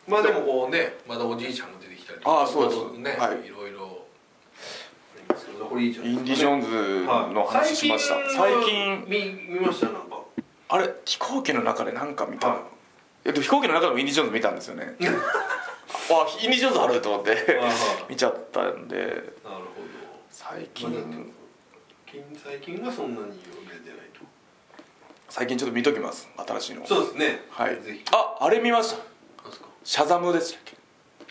Speaker 2: まあでもこうねまだおじいちゃんも出てきたりとか
Speaker 1: ああそうです
Speaker 2: ね、、
Speaker 1: はいい
Speaker 2: ろいろありますけどこれいいじゃん
Speaker 1: インディ・ジョーンズの話しました最近
Speaker 2: 見見ましたなんか
Speaker 1: あれ飛行機の中で何か見た
Speaker 2: は
Speaker 1: のえっと飛行機の中でもインディ・ジョーンズ見たんですよ *laughs* ねあインディ・ジョーンズあると思って *laughs*
Speaker 2: いはい
Speaker 1: 見ちゃったんで
Speaker 2: なるほ
Speaker 1: 最
Speaker 2: ど、まあ、
Speaker 1: 近
Speaker 2: 近最近はそんなに売れてないと
Speaker 1: 最近ちょっと見ときます新しいの
Speaker 2: そうですね
Speaker 1: はい
Speaker 2: ぜひ
Speaker 1: ああれ見ました
Speaker 2: なんですか
Speaker 1: シャザムでしたっけ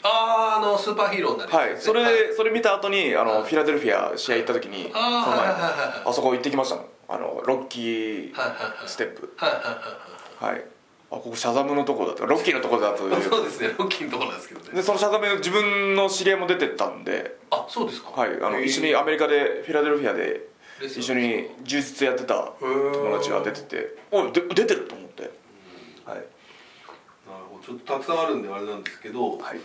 Speaker 2: あああのスーパーヒーローになる
Speaker 1: はい
Speaker 2: やつ
Speaker 1: それ
Speaker 2: はい
Speaker 1: でそれ見た後にあの
Speaker 2: はい
Speaker 1: フィラデルフィア試合行った時にこの前
Speaker 2: あーはいはいはいはい
Speaker 1: あそこ行ってきましたもんあのロッキー
Speaker 2: はいはいはい
Speaker 1: ステップ
Speaker 2: はいはい
Speaker 1: はいあここシャザムのとこだとロッキーのとこだとい
Speaker 2: はいはい
Speaker 1: う
Speaker 2: そうですねロッキーのところなんですけどね
Speaker 1: でそのシャザム自分の知り合いも出てったんで
Speaker 2: あそうですか
Speaker 1: はいあの
Speaker 2: へー
Speaker 1: 一緒にアメリカでフィラデルフィアで
Speaker 2: レス
Speaker 1: 一
Speaker 2: ト
Speaker 1: 緒
Speaker 2: ラン
Speaker 1: に充実やってた友達が出てておいで出てると思ってはい
Speaker 2: なるほどちょっとたくさんあるんであれなんですけど
Speaker 1: はい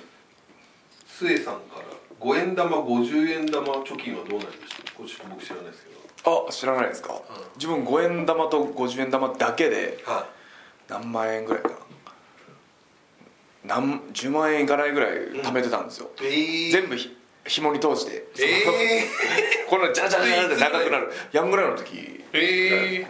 Speaker 2: 末さんから五円玉50円玉貯金はどうなりましたこれちょっと僕知らないですけど
Speaker 1: あ知らないですか、自分5円玉と50円玉だけで
Speaker 2: はい
Speaker 1: 何万円ぐらいかな何10万円いかないぐらい貯めてたんですよ、
Speaker 2: えー、
Speaker 1: 全部ひ紐に通して、
Speaker 2: え
Speaker 1: *laughs* このジャジャジャジャって長くなるヤングライの時
Speaker 2: ー、えー、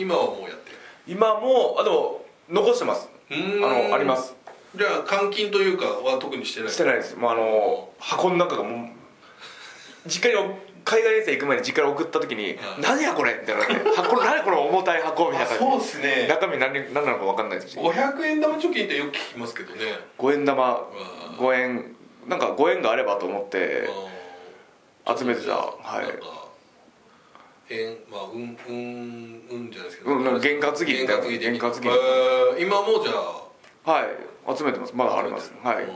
Speaker 2: 今はもうやってる
Speaker 1: 今もあでも残してますあ
Speaker 2: うーん
Speaker 1: のあります
Speaker 2: じゃあ換金というかは特にしてない
Speaker 1: してないですもうあの箱の中がもう実家にお海外遠征行く前に実家に送った時に
Speaker 2: う
Speaker 1: 「
Speaker 2: ん
Speaker 1: 何やこれ!」みたいなって「箱何この重たい箱」みたい
Speaker 2: あ
Speaker 1: な感じ
Speaker 2: そうです *laughs* ね
Speaker 1: 中身何何なのか分かんないですし
Speaker 2: 500円玉貯金ってよく聞きますけどね
Speaker 1: 5円玉
Speaker 2: ん
Speaker 1: 5円なんか5円があればと思って
Speaker 2: あー
Speaker 1: 集めてたはい
Speaker 2: なんか円まあうんうんうんじゃないですけど
Speaker 1: うんなんか験担ぎみたいな
Speaker 2: 験担ぎ的な
Speaker 1: 験担ぎ
Speaker 2: えー今もじゃあ
Speaker 1: はい集めてますまだありますはい
Speaker 2: い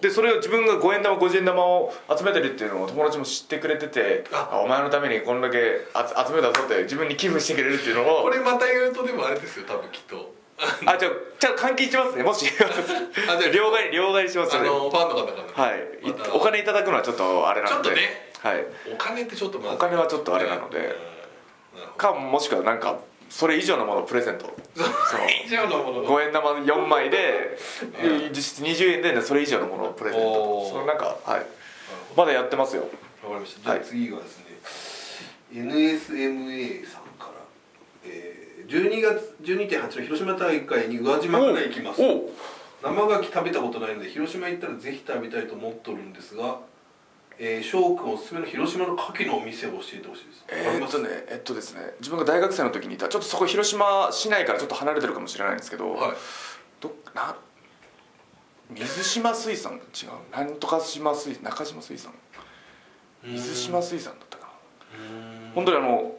Speaker 1: でそれを自分が5円玉50円玉を集めてるっていうのを友達も知ってくれてて
Speaker 2: あ
Speaker 1: あお前のためにこんだけあつ集めたぞって自分に寄付してくれるっていうの
Speaker 2: こ
Speaker 1: を
Speaker 2: れまた言うとでもあれですよ多分きっと
Speaker 1: あじゃあじゃあ換金しますねもし
Speaker 2: *laughs* あじゃあ
Speaker 1: 両替両替します
Speaker 2: あ
Speaker 1: よね
Speaker 2: のファンの方からね
Speaker 1: はいい
Speaker 2: また
Speaker 1: お金いただくのはちょっとあれなので
Speaker 2: ちょっとね
Speaker 1: はい
Speaker 2: お金ってちょっとまずい
Speaker 1: お金はちょっとあれなので
Speaker 2: うんなるほど
Speaker 1: かもしくはなんかそれ以上のものをプレゼントその
Speaker 2: 以上のものが
Speaker 1: 5円玉4枚で実質20円で、ね、それ以上のものをプレゼン
Speaker 2: お
Speaker 1: ト
Speaker 2: ー
Speaker 1: そのなんかはい
Speaker 2: ほ
Speaker 1: まだやってますよ
Speaker 2: わかりましたじゃあ次がですね、NSMA さんから、えー、12月12.8の広島大会に宇和島から行きます
Speaker 1: おう
Speaker 2: 生牡蠣食べたことないので広島行ったらぜひ食べたいと思っとるんですがえー翔くんおすすめの広島の牡蠣のお店を教えてほしいですあ
Speaker 1: え
Speaker 2: り
Speaker 1: ー
Speaker 2: ま
Speaker 1: っ
Speaker 2: す
Speaker 1: とねえっとですね自分が大学生の時にいたちょっとそこ広島市内からちょっと離れてるかもしれないんですけど、
Speaker 2: はい
Speaker 1: どっな水島水産違うなんとか島水中島水産水島水産だったかな本当にあの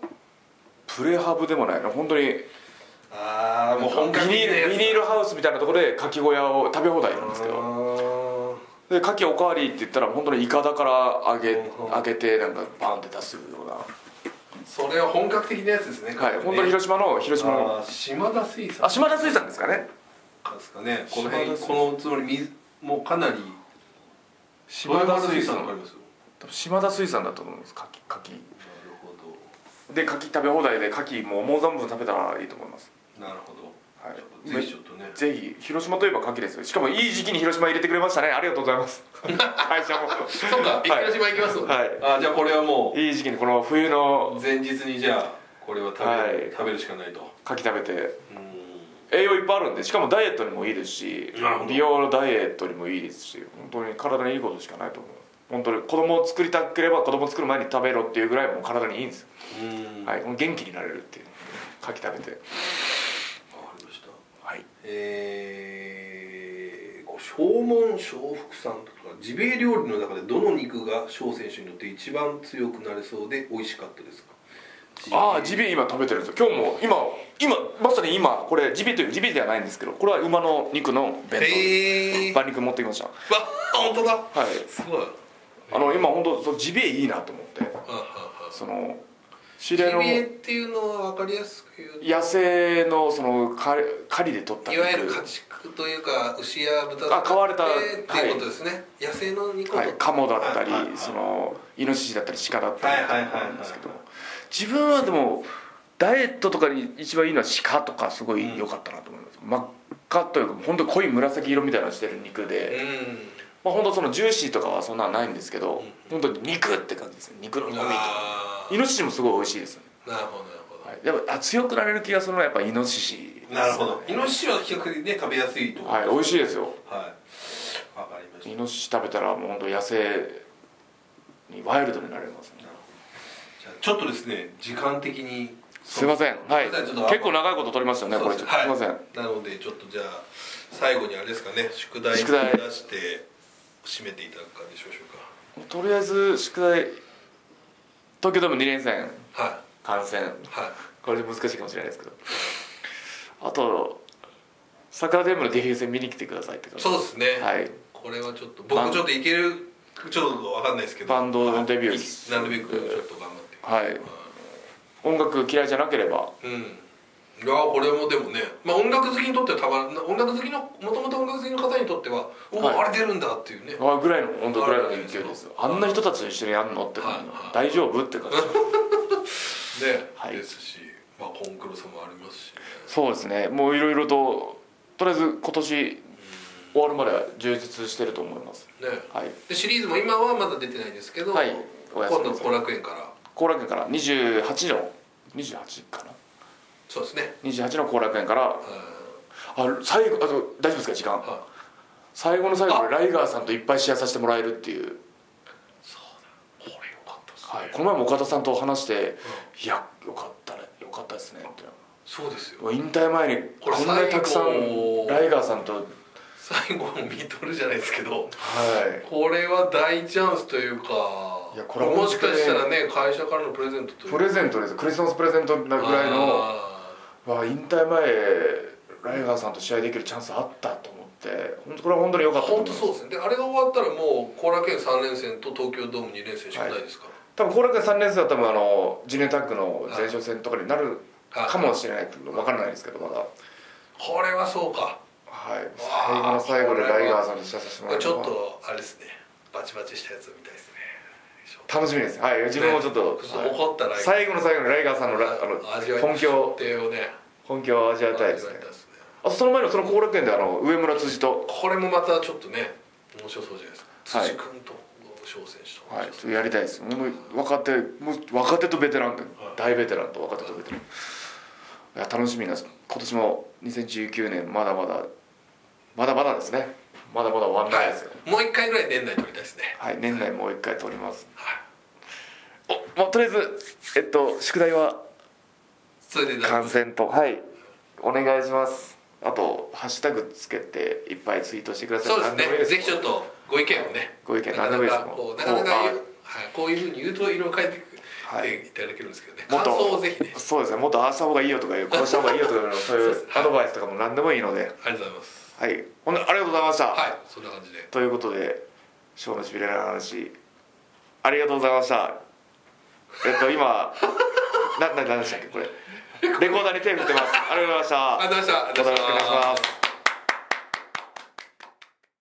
Speaker 1: プレハブでもないの本当に
Speaker 2: ああもう本格
Speaker 1: ビ
Speaker 2: 的
Speaker 1: ニ
Speaker 2: な
Speaker 1: ー
Speaker 2: や
Speaker 1: ル
Speaker 2: つ
Speaker 1: ビニールハウスみたいなところで牡蠣小屋を食べ放題なんですけどで
Speaker 2: ど
Speaker 1: 牡蠣おかわりって言ったら本当にイカだから揚げ
Speaker 2: うんうん
Speaker 1: 揚げてなんかバンって出すようなは
Speaker 2: それは本格的なやつですね
Speaker 1: い本当に広島の広島の
Speaker 2: あー島田水産
Speaker 1: あ島田水産ですかね
Speaker 2: ですかねこの
Speaker 1: 島
Speaker 2: 辺
Speaker 1: 田水
Speaker 2: このつまり水もうかなり
Speaker 1: 島田水
Speaker 2: わかり
Speaker 1: 産
Speaker 2: ますよ
Speaker 1: 多分島田水産だと思うんです牡蠣牡
Speaker 2: なるほ
Speaker 1: 蠣で牡蠣食べ放題で牡蠣も思う存分食べたらいいと思います
Speaker 2: どなるほど、
Speaker 1: はい
Speaker 2: ちょっとぜひちょっとね
Speaker 1: ぜひ広島といえば牡蠣ですよしかもいい時期に広島入れてくれましたねありがとうございます *laughs* 会社も
Speaker 2: そうか広島行きますので、
Speaker 1: はい
Speaker 2: あじゃあこれはも
Speaker 1: いい時期にこの冬の
Speaker 2: う前日にじゃあこれは食べ,、
Speaker 1: はい
Speaker 2: 食べるしかないと
Speaker 1: 牡蠣食べて
Speaker 2: う
Speaker 1: 栄養いっぱいあるんでしかもダイエットにもいいですし
Speaker 2: なるほど
Speaker 1: 美容のダイエットにもいいですし本当に体にいいことしかないと思う本当に子供を作りたければ子供を作る前に食べろっていうぐらいもう体にいいんですよ、
Speaker 2: んうん
Speaker 1: はい、もう元気になれるっていう牡蠣食べて
Speaker 2: わかりました
Speaker 1: はい
Speaker 2: えーこう正門正福さんとかジビエ料理の中でどの肉が翔選手にとって一番強くなれそうで美味しかったですか
Speaker 1: ああジビエ今食べてるんですよ今日も今今まさに今これジビエというジビエではないんですけどこれは馬の肉の弁当です *laughs*
Speaker 2: えー、わ
Speaker 1: 馬肉持ってきましたは
Speaker 2: 本当だはいすごい
Speaker 1: あの今本当そうジビエいいなと思って
Speaker 2: ああああ
Speaker 1: その知
Speaker 2: ジ
Speaker 1: り合
Speaker 2: ビ
Speaker 1: いの
Speaker 2: エっていうのは分かりやすく言うと
Speaker 1: 野生のその狩り狩りで取った
Speaker 2: い
Speaker 1: 肉
Speaker 2: わゆる家畜というか牛や豚
Speaker 1: あ飼われた
Speaker 2: っていうことですね、野生の肉を
Speaker 1: はい、カモだったり、
Speaker 2: はいはいはい
Speaker 1: そのイノシシだったり鹿だったりとか
Speaker 2: はいはいはいは
Speaker 1: な
Speaker 2: い
Speaker 1: んですけど自分はでもダイエットとかに一番いいのは鹿とかすごい良かったなと思います、真っ赤というか本当に濃い紫色みたいなのしてる肉
Speaker 2: う
Speaker 1: で、
Speaker 2: ん
Speaker 1: まあ本当そのジューシーとかはそんなのないんですけど、本当に肉って感じですね肉の旨味
Speaker 2: あ
Speaker 1: とイノシシもすごい美味しいですね、
Speaker 2: ーなるほどなるほど、
Speaker 1: はい、やっぱあ強くなれる気がするのはやっぱイノシシですね
Speaker 2: なるほどイノシシは比較的ね食べやすいと思
Speaker 1: はい美味しいですよ
Speaker 2: はいわかりました
Speaker 1: イノシシ食べたらもう本当野生にワイルドになれますね
Speaker 2: じゃあちょっとですね時間的に
Speaker 1: すいませんはい
Speaker 2: すいませんちょっと
Speaker 1: 結構長いこと取りましたよねこれちょっとすいません
Speaker 2: なのでちょっとじゃあ最後にあれですかね宿題
Speaker 1: 宿題
Speaker 2: 出して締めていただく感じでしましょう
Speaker 1: とりあえず宿題東京ドーム2連戦
Speaker 2: かは
Speaker 1: 観戦
Speaker 2: いはい
Speaker 1: これで難しいかもしれないですけどあと桜デームのデビュー戦見に来てくださいって感じ
Speaker 2: そうですね、
Speaker 1: はい
Speaker 2: これはちょっと
Speaker 1: バン
Speaker 2: 僕ちょっといけるちょっとわかんないですけど
Speaker 1: バンドのデビュー
Speaker 2: はいいなるべくちょっと頑張って
Speaker 1: はい音楽嫌いじゃなければ
Speaker 2: うんいやこれもでもね、まあ、音楽好きにとってはたまら音楽好きのもともと音楽好きの方にとってはおお、
Speaker 1: はい
Speaker 2: あれ出るんだっていうね
Speaker 1: あぐらいの本当ぐらいの勢いですよあんな人たちと一緒にやるのって
Speaker 2: はい
Speaker 1: 大丈夫って感
Speaker 2: *laughs*
Speaker 1: じ
Speaker 2: ね、
Speaker 1: はい
Speaker 2: ですし、まあ、コンクロさもありますし、ね、
Speaker 1: そうですねもういろいろととりあえず今年終わるまでは充実してると思います
Speaker 2: ね
Speaker 1: はい
Speaker 2: でシリーズも今はまだ出てないですけど、
Speaker 1: はいお
Speaker 2: 今
Speaker 1: 休み
Speaker 2: 度
Speaker 1: です
Speaker 2: 後楽園から
Speaker 1: 後楽園から28の28かな
Speaker 2: そうですね、
Speaker 1: 28の後楽園から
Speaker 2: うん
Speaker 1: あ最後あと大丈夫ですか時間
Speaker 2: は
Speaker 1: 最後の最後でライガーさんといっぱいシェアさせてもらえるっていう、
Speaker 2: い、これよかったですね、
Speaker 1: はい、この前も岡田さんと話して「いやよかったねよかったですね」って
Speaker 2: そうですよ
Speaker 1: 引退前に
Speaker 2: これ
Speaker 1: こんなにたくさん
Speaker 2: 最後
Speaker 1: ライガーさんとは
Speaker 2: 最後の見とるじゃないですけど
Speaker 1: い
Speaker 2: これは大チャンスというか
Speaker 1: いやこれは
Speaker 2: もしかしたらね会社からのプレゼントという
Speaker 1: プレゼントですクリスマスプレゼントなぐらいの
Speaker 2: あ
Speaker 1: わあ引退前ライガーさんと試合できるチャンスあったと思って本当これは本当に良か
Speaker 2: ー
Speaker 1: ったと思
Speaker 2: 本
Speaker 1: い
Speaker 2: 当
Speaker 1: ます
Speaker 2: そうですねであれが終わったらもう後楽園3連戦と東京ドーム2連戦しかないですから、
Speaker 1: 多分後楽園3連戦は多分あのジュニアタッグの前哨戦とかになる
Speaker 2: はい
Speaker 1: かもしれないけど分からないですけどまだ
Speaker 2: これはそうか
Speaker 1: はい最後
Speaker 2: わあ
Speaker 1: の最後でライガーさんと試合させてもらえる
Speaker 2: ち
Speaker 1: の
Speaker 2: ょ
Speaker 1: は
Speaker 2: っとあれですねバチバチしたやつみたいですね
Speaker 1: 楽しみですはい自分もちょっと、
Speaker 2: ね怒ったライガー
Speaker 1: 最後の最後のライガーさんのラあ
Speaker 2: 味
Speaker 1: の
Speaker 2: わいの
Speaker 1: 本気を
Speaker 2: 出をね
Speaker 1: 本気を味わいたいですね
Speaker 2: 味わですね
Speaker 1: あとその前のその後楽園であの上村辻と
Speaker 2: これもまたちょっとね面白そうじゃないですか
Speaker 1: はい
Speaker 2: 辻君と翔選手と、
Speaker 1: はい、ちょっとやりたいですもう若手もう若手とベテランで大ベテランと若手とベテランいや楽しみな今年も2019年まだまだまだまだですねまだまだ終わんないですよ
Speaker 2: はいもう一回ぐらい年内取りたいですね
Speaker 1: はい年内もう一回撮ります
Speaker 2: はい
Speaker 1: お、まあ、とりあえずえっと宿題は
Speaker 2: それで大丈夫
Speaker 1: 感染とはいお願いしますあとハッシュタグつけていっぱいツイートしてください
Speaker 2: そうですね
Speaker 1: 何もいい
Speaker 2: ぜひちょっとご意見をね
Speaker 1: ご意見
Speaker 2: なか
Speaker 1: 何でもい
Speaker 2: ない
Speaker 1: です
Speaker 2: かこうなかなか言う
Speaker 1: も
Speaker 2: はいこういうふうに言うと色々変えていく
Speaker 1: はい
Speaker 2: でいただけるんですけどね
Speaker 1: もっ
Speaker 2: 感
Speaker 1: と
Speaker 2: 想をぜひね
Speaker 1: そうですねもっとああした方がいいよとかいうこうした方がいいよとかいうそういうアドバイスとかも何でもいいので
Speaker 2: ありがとうございます
Speaker 1: はい、ほんでありがとうございました、
Speaker 2: はいそんな感じで
Speaker 1: ということで「ショーのしびれの話」ありがとうございましたえっと今
Speaker 2: *laughs*
Speaker 1: なな何でしたっけこれレコーダーに手振ってますありがとうございました
Speaker 2: ありがとうございました
Speaker 1: またよろしくお願いします